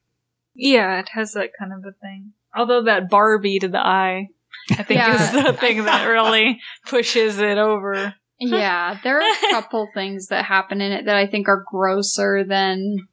Yeah, it has that kind of a thing. Although that Barbie to the eye, I think
Yeah.
is the thing that really pushes it over.
Yeah, there are a couple things that happen in it that I think are grosser than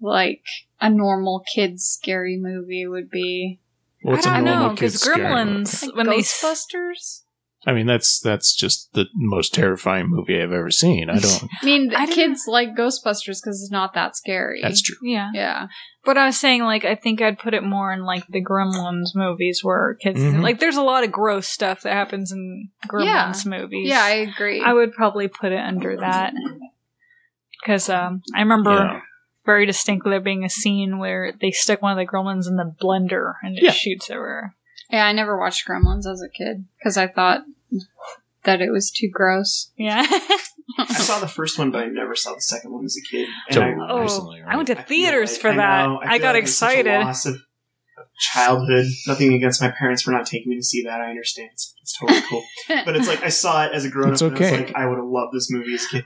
like a normal kids scary movie would be.
What's
I
a
don't know
normal
because
kid's scary movie?
Gremlins
Like
when they s-
Ghostbusters?
I mean, that's that's just the most terrifying movie I've ever seen. I don't.
I mean,
I don't
kids like Ghostbusters because it's not that scary.
that's true.
Yeah.
Yeah.
But I was saying, like, I think I'd put it more in like the Gremlins movies where kids
Mm-hmm.
Mhm.
like. There's a lot of gross stuff that happens in Gremlins movies.
Yeah, I agree.
I would probably put it under that because um, I remember
Yeah.
very distinctly there being a scene where they stick one of the Gremlins in the blender and it
Yeah.
shoots everywhere.
yeah, I never watched Gremlins as a kid because I thought that it was too gross.
Yeah,
I saw the first one, but I never saw the second one as a kid. And
Till
I-
Oh,
recently, right?
I went to
I feel
theaters
like-
for
I
that.
know,
I,
feel
got
like there's such a
excited.
loss of, of childhood. Nothing against my parents for not taking me to see that. I understand. It's, it's totally cool. But it's like I saw it as a grown up.
It's
And I
okay.
was like I would have loved this movie as a kid.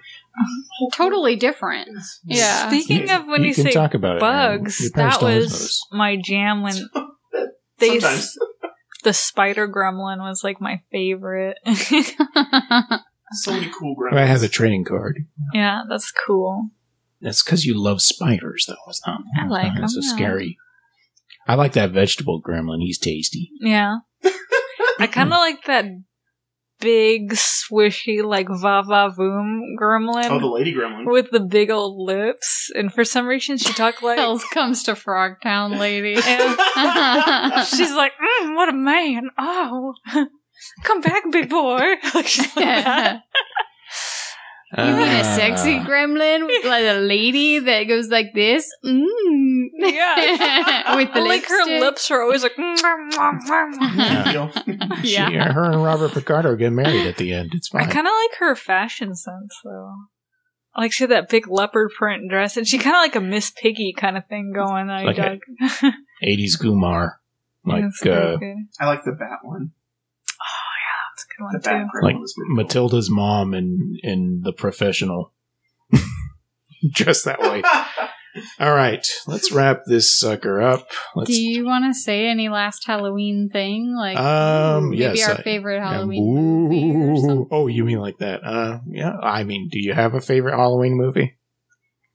totally different. Yeah.
Speaking of when you,
can
say
talk about it, Aaron.
bugs,
Your parents
that
don't listen to
was
this.
my jam when they s-
Sometimes.
the spider gremlin was like my favorite.
So many cool grown
I had a trading card.
yeah, that's cool.
That's because you love spiders, though. It's not.
I like
It's not so
them, yeah.
scary. I like that vegetable gremlin. He's tasty.
Yeah. I kind of like that big, swishy, like va va voom gremlin
Oh, the lady gremlin.
with the big old lips. And for some reason, she talked like.
Hells comes to Frogtown, lady.
Yeah.
She's like, mm, what a man. Oh. Come back, big boy. Like, she's like that.
You want a sexy
Ah.
gremlin with like a lady that goes like this? Mm.
Yeah.
With the
like her
lipstick.
lips are always like.
Yeah.
Deal.
She- her and Robert Picardo get married at the end. It's
I
fine.
kind of like her fashion sense, though. Like she had that big leopard print dress, and she kind of like a Miss Piggy kind of thing going. I
Like
dug.
80s Gumar. Like
That's pretty
uh,
good.
I like the bat one.
That's a good
The
one
bat
too.
gremlin
Like
was pretty cool.
Matilda's mom in, in The Professional. Dressed that way. All right. Let's wrap this sucker up. Let's.
Do you want to say any last Halloween thing? Like
um,
maybe
yes.
our
I-
favorite
yeah,
Halloween movie or
ooh.
something?
Oh, you mean like that? Uh, yeah. I mean, do you have a favorite Halloween movie?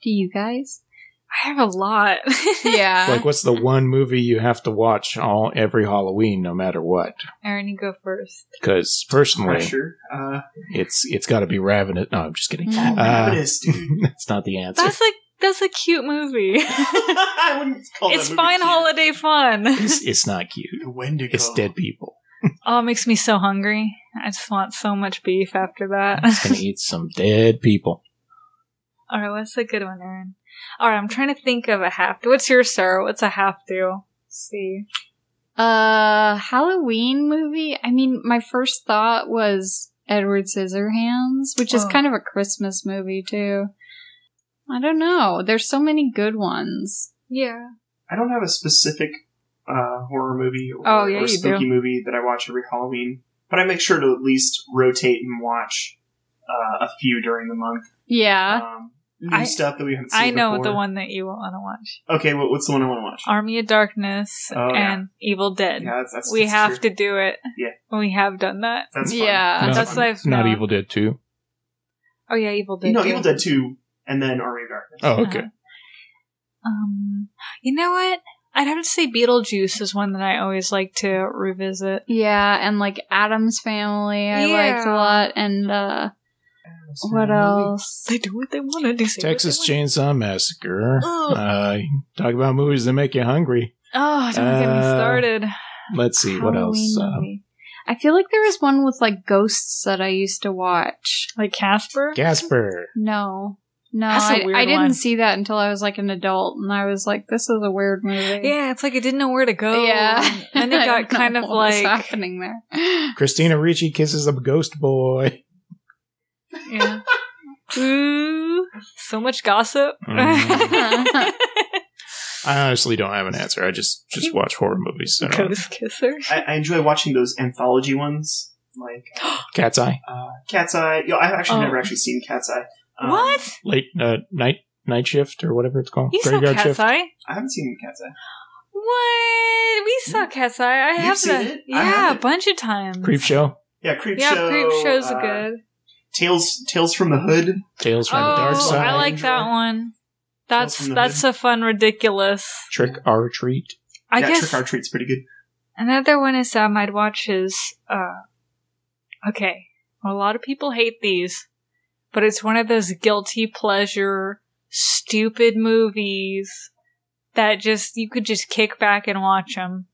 Do you guys?
I have a lot.
Yeah.
like, what's the one movie you have to watch all every Halloween, no matter what?
Aaron, you go first.
Because personally,
Pressure. Uh,
it's it's got to be Ravenous. No, I'm just kidding.
Mm.
oh,
Uh,
Ravenous, dude.
That's not the answer.
That's like that's a cute movie.
I wouldn't call Oh, that
it's
movie
fine
cute.
holiday fun.
it's, it's not cute.
The Wendigo.
It's dead people.
Oh, it makes me so hungry. I just want so much beef after that.
It's gonna eat some dead people.
All right, what's a good one, Aaron? All right, I'm trying to think of a half. What's your sir? What's a half do? See.
Uh, Halloween movie. I mean, my first thought was Edward Scissorhands, which is
Oh.
kind of a Christmas movie too. I don't know. There's so many good ones.
Yeah.
I don't have a specific uh, horror movie or,
Oh, yeah,
or
you
spooky movie that I watch every Halloween, but I make sure to at least rotate and watch uh, a few during the month.
Oh.
Yeah.
Um, new
I-
stuff that we haven't seen
I know
before.
the one that you want to watch.
Okay, what, what's the one I want to watch?
Army of Darkness
Oh, yeah.
and Evil Dead.
yeah, that's, that's
we
that's
have
true.
to do it.
Yeah.
We have done that.
That's fun.
Yeah.
No,
Uh, That's what I've
Not
known.
Evil Dead Two.
Oh yeah, Evil Dead.
No,
too. Uh-huh.
Evil Dead Two, and then Army of Darkness.
Oh, okay.
Um, you know what? I'd have to say Beetlejuice is one that I always like to revisit.
Yeah, and like Adam's Family, I liked a
Yeah.
lot. And uh, what else?
They do what they want to do. say what
Texas
they want.
Chainsaw Massacre.
Ugh.
Uh, talk about movies that make you hungry.
Oh, don't get me
Uh,
started.
Let's see what else.
uh,
Halloween
Um,
movie. I feel like there was one with like ghosts that I used to watch.
Like Casper.
Gasper.
No. No,
That's a
I,
weird
I didn't
one.
see that until I was like an adult, and I was like, "This is a weird movie."
Yeah, it's like it didn't know where to go.
yeah.
And then it
I
got
don't
kind
know
of
what was
like
happening there.
Christina Ricci kisses a ghost boy.
yeah. Ooh, so much gossip.
Mm. I honestly don't have an answer. I just just watch horror movies. I don't-
Ghost kisser.
I, I enjoy watching those anthology ones, like
Cat's Eye.
uh, Cat's Eye. Yo, I've actually
Oh.
never actually seen Cat's Eye. Um,
what?
Late uh, night night shift or whatever it's called.
You saw Cat's Eye?
I haven't seen Cat's Eye.
What? We
Mm.
saw Cat's Eye. I
You've
have
seen
that.
it?
Yeah,
I
a
haven't.
bunch of times.
Creep show.
Yeah, Creep
Yeah,
Show.
creep shows
uh,
are good.
Tales Tales from the Hood.
Tales
Oh,
from the Dark Side.
I like
Enjoy.
that one. That's
from the
that's a fun, ridiculous.
Trick or treat.
I
yeah,
guess
Trick or Treat's pretty good.
another one is um, I'd watch is uh, okay, well, a lot of people hate these, but it's one of those guilty pleasure, stupid movies that just, you could just kick back and watch them.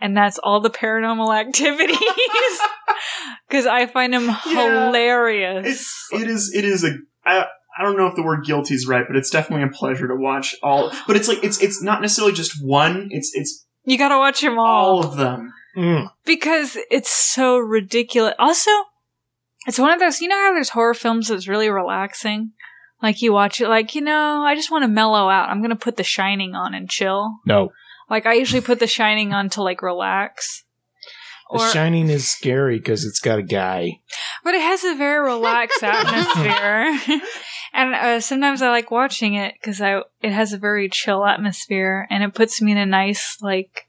And that's all the paranormal activities. Because I find them
Yeah.
hilarious.
It's it is it is a I, I don't know if the word guilty is right, but it's definitely a pleasure to watch all. But it's like it's it's not necessarily just one. It's it's
You gotta watch them
all of them.
Mm.
because it's so ridiculous. Also, it's one of those, you know how there's horror films that's really relaxing? Like you watch it like, you know, I just want to mellow out. I'm going to put The Shining on and chill.
No,
Like I usually put The Shining on to like relax.
The
Or
Shining is scary because it's got a guy.
but it has a very relaxed atmosphere. and uh, sometimes I like watching it cuz I it has a very chill atmosphere and it puts me in a nice like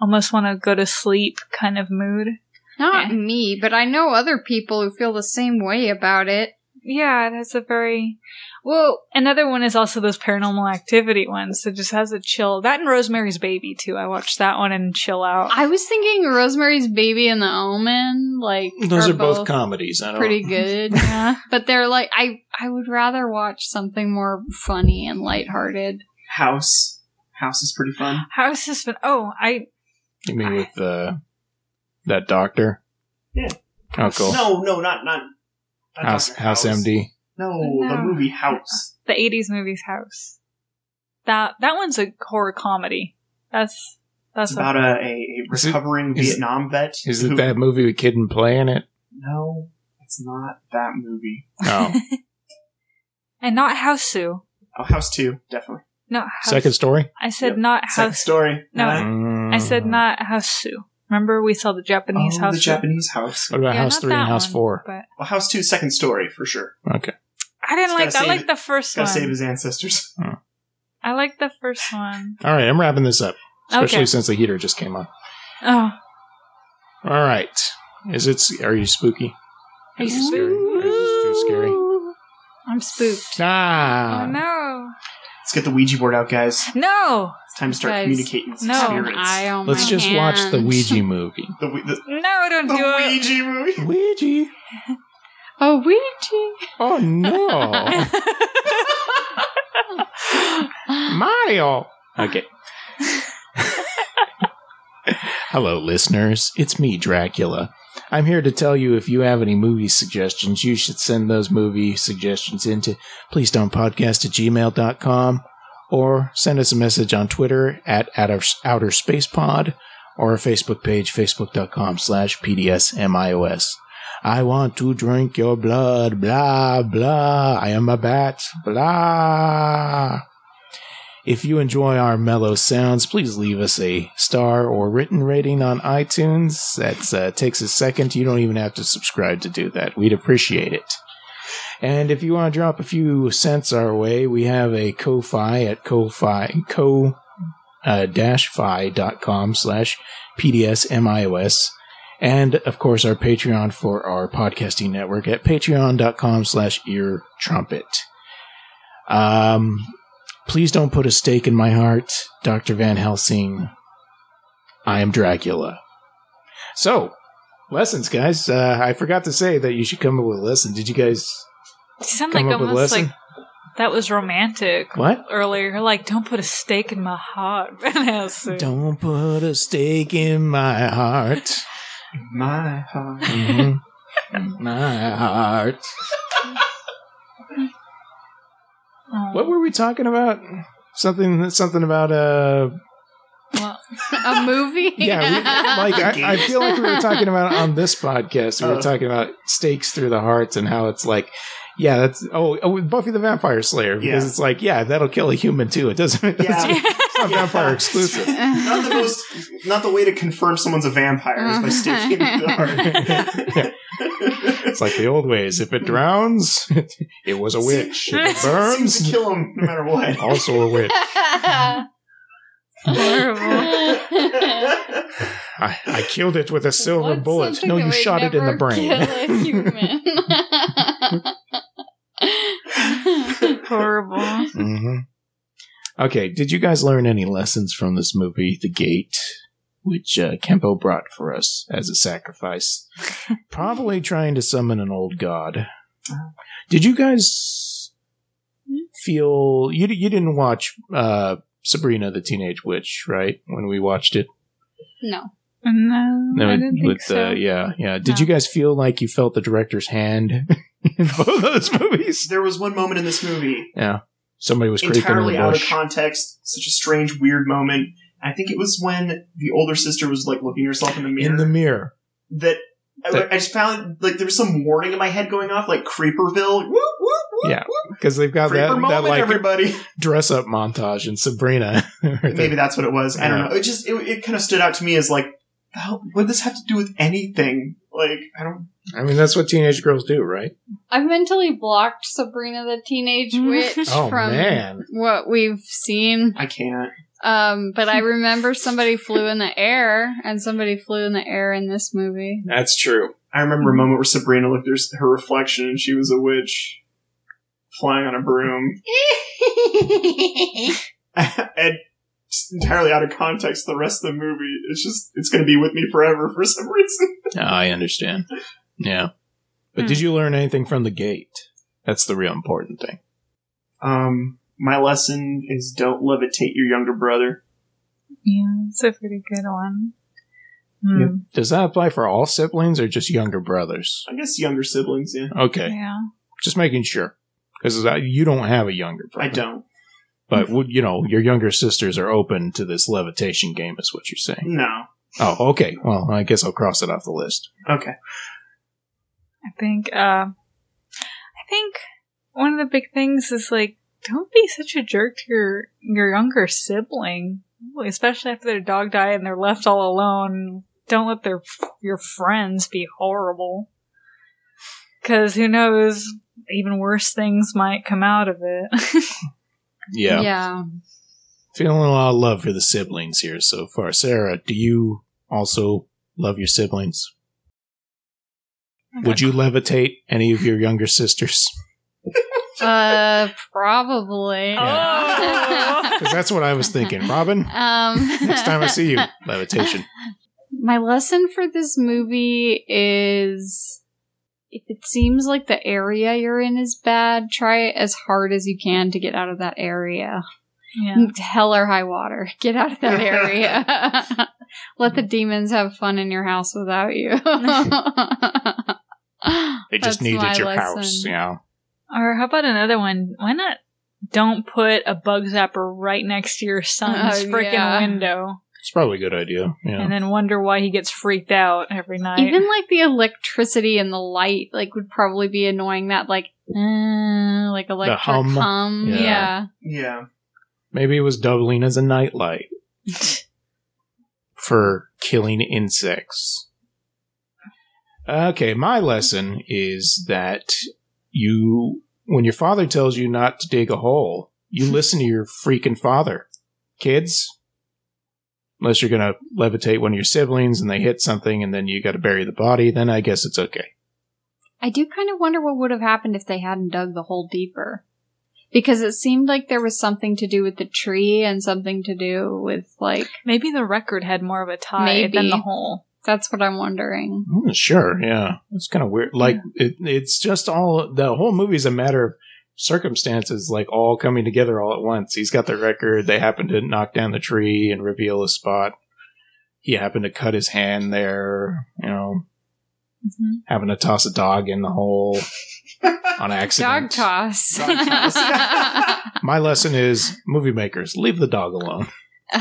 almost want to go to sleep kind of mood.
Not
Yeah.
me, but I know other people who feel the same way about it.
Yeah, that's a very well. Another one is also those paranormal activity ones that just has a chill. That and Rosemary's Baby too. I watched that one and chill out.
I was thinking Rosemary's Baby and The Omen, like
Those are, both, comedies. I don't.
pretty good,
yeah.
but they're like I I would rather watch something more funny and lighthearted.
House House is pretty fun.
How's this been? Oh, I
You mean with uh, that doctor?
Yeah.
Oh, cool.
No, no, not not. not
House,
Dr.
House MD.
No,
No.
the movie House.
the '80s movies House. That that one's a horror comedy. That's
It's
that's what,
about a, a, a
Is it-
recovering
is it-
Vietnam vet.
Is it
who-
that movie with Kid and Play in it?
No, it's not that movie.
Oh,
and not Houseu.
Oh, House Two, definitely.
No, House,
second story.
I said
Yep.
not
Second
House.
story.
No.
Uh,
Mm.
I said not Houseu. Remember we saw the Japanese
oh,
House.
the Japanese House.
What about
Yeah,
House
not
Three and
that
House
one,
Four?
But
Well, House Two, second story for sure.
Okay.
I didn't
He's
like.
gotta
I
save
like
it.
the first
Gotta
one.
save his ancestors.
I like the first one.
All right, I'm wrapping this up, especially
Okay.
since the heater just came on.
Oh,
All right. Is it? Are you spooky?
Are you
Is it scary? Or is it too scary?
Oh, I'm spooked.
Ah.
Oh no!
Let's get the Ouija board out, guys.
No!
It's time to start
Guys,
communicating with
no,
spirits.
I on
Let's
my
just watch the
hand.
Ouija movie.
The, Ou- the,
No! Don't
the
do
Oh,
it!
Ouija movie.
Ouija?
Oh, Ouija.
Oh no, Mario. Okay. Hello, listeners. It's me, Dracula. I'm here to tell you if you have any movie suggestions, you should send those movie suggestions into please don't podcast at gmail.com or send us a message on Twitter at outer, outer space pod or our Facebook page, facebook.com slash PDSMIOS. I want to drink your blood, blah, blah. I am a bat, blah. If you enjoy our mellow sounds, please leave us a star or written rating on iTunes. That uh, takes a second. You don't even have to subscribe to do that. We'd appreciate it. And if you want to drop a few cents our way, we have a Ko-Fi at Ko-Fi, co uh, dash fi dot com slash PDSMIOS. And of course, our Patreon for our podcasting network at patreon.com slash ear trumpet. Um, please don't put a stake in my heart, Dr. Van Helsing. I am Dracula. So, lessons, guys. Uh, I forgot to say that you should come up with a lesson. Did you guys
you sound
come
like
up with a
almost
lesson?
like that was romantic
what?
earlier. Like, don't put a stake in my heart, Van Helsing.
Don't put a stake in my heart.
My heart.
Mhm. my heart.
Oh,
What were we talking about? Something, something about uh,
well,
a movie.
yeah, we, like I, I feel like we were talking about on this podcast. We
Oh.
were talking about stakes through the hearts and how it's like, yeah, that's oh, oh with Buffy the Vampire Slayer because
Yeah.
it's like, yeah, that'll kill a human too. It doesn't. It doesn't
Yeah.
It's not
Yeah.
vampire exclusive.
Not the most. Not the way to confirm someone's a vampire is by staking the heart.
It's like the old ways. If it drowns, it was a witch. If it
Seems to
burns,
kill him no matter what.
also a witch.
horrible.
I, I killed it with a silver
What's
bullet.
something
No,
that
you
would
shot it in the
never
brain.
kill a human?
horrible.
hmm Okay, did you guys learn any lessons from this movie, The Gate? which uh, Kempo brought for us as a sacrifice. Probably trying to summon an old god. Did you guys feel you? You didn't watch uh, Sabrina the Teenage Witch, right? When we watched it,
No.
No, I didn't think
with
so.
uh, yeah, yeah. Did
No.
you guys feel like you felt the director's hand in both of those movies?
There was one moment in this movie
Somebody was creeping in the
entirely out of
bush.
context, such a strange, weird moment. I think it was when the older sister was like looking herself in the mirror.
in the mirror.
that I,
That-
I just found like there was some warning in my head going off, like Creeperville. Whoop, whoop, whoop,
Yeah.
whoop.
Because they've got
Creeper
that,
moment,
that like
everybody.
dress up montage in Sabrina.
Maybe that's what it was. I
Yeah.
don't know. It just it, it kind of stood out to me as like, the hell- what does this have to do with anything? Like I don't.
I mean, that's what teenage girls do, right?
I've mentally blocked Sabrina the Teenage
Mm-hmm.
Witch
Oh
from
man,
what we've seen.
I can't.
Um, but I remember somebody flew in the air, and somebody flew in the air in this movie.
that's true.
I remember
Hmm.
a moment where Sabrina looked at her- her reflection and she was a witch flying on a broom. and just entirely out of context the rest of the movie. It's just it's going to be with me forever for some reason.
Ah, I understand. Yeah, but
Hmm.
did you learn anything from the gate? That's the real important thing.
Um, my lesson is don't levitate your younger brother.
Yeah, it's a pretty good one. Hmm,
Yeah.
Does that apply for all siblings or just younger brothers?
I guess younger siblings. Yeah,
Okay,
yeah.
just making sure because you don't have a younger brother.
I don't.
But would- you know, your younger sisters are open to this levitation game, is what you're saying.
No.
Oh, okay. Well, I guess I'll cross it off the list.
Okay.
I think uh I think one of the big things is like don't be such a jerk to your your younger sibling, especially after their dog died and they're left all alone. Don't let their your friends be horrible. Cuz who knows, even worse things might come out of it.
Yeah.
yeah.
Feeling a lot of love for the siblings here so far. Sarah, do you also love your siblings? Would you levitate any of your younger sisters?
Uh, probably.
Oh.
Because that's what I was thinking. Robin,
Um,
next time I see you, levitation.
My lesson for this movie is if it seems like the area you're in is bad, try as hard as you can to get out of that area.
yeah.
Hell or high water. Get out of that area. Let the demons have fun in your house without you.
They just
That's my
needed your
lesson.
house, you know.
Or how about another one? Why not don't put a bug zapper right next to your son's
Oh,
freaking
yeah.
window?
It's probably a good idea. Yeah.
and then wonder why he gets freaked out every night.
Even like the electricity and the light, like would probably be annoying. That like, uh, like electric
hum.
hum.
Yeah.
Yeah.
Yeah.
Maybe it was doubling as a nightlight for killing insects. Okay, my lesson is that you, when your father tells you not to dig a hole, you listen to your freaking father. Kids, unless you're going to levitate one of your siblings and they hit something and then you got to bury the body, then I guess it's okay.
I do kind of wonder what would have happened if they hadn't dug the hole deeper. Because it seemed like there was something to do with the tree and something to do with, like,
maybe the record had more of a tie than
Maybe.
the hole.
that's what I'm wondering.
Mm, sure, yeah. It's kind of weird. Like, it, it's just all the whole movie is a matter of circumstances, like all coming together all at once. He's got the record. They happen to knock down the tree and reveal a spot. He happened to cut his hand there, you know,
Mm-hmm.
having to toss a dog in the hole on
Dog
accident.
toss.
Dog toss.
oh,
My lesson is movie makers, leave the dog alone. Oh.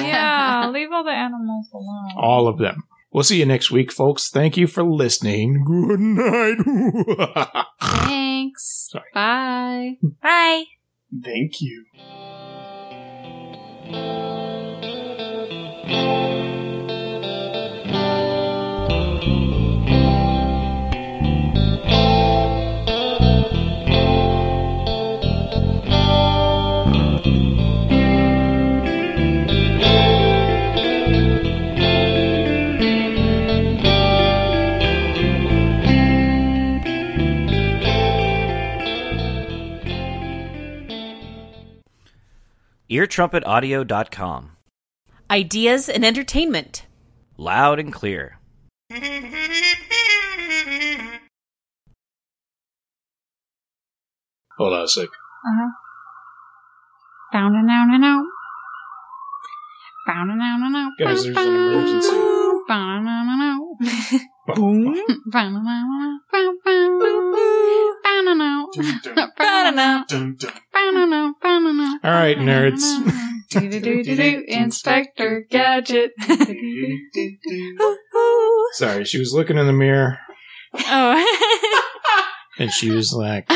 Yeah, leave all the animals alone.
All of them. We'll see you next week, folks. Thank you for listening. Good night.
Thanks.
Sorry.
Bye.
Bye.
Thank you.
eartrumpetaudio.com. ideas, and entertainment.
Loud and clear.
Hold on a sec.
Uh-huh.
Bound and down and out. Bound and down and out.
Guys, there's an emergency.
Bound and out. Bound and out. Bound and out.
Dun, dun,
Bound and out.
dun, dun.
Bound and out. Bound and out.
All right, nerds.
Do do do do do. Inspector Gadget.
Sorry, she was looking in the mirror
Oh.
and she was like,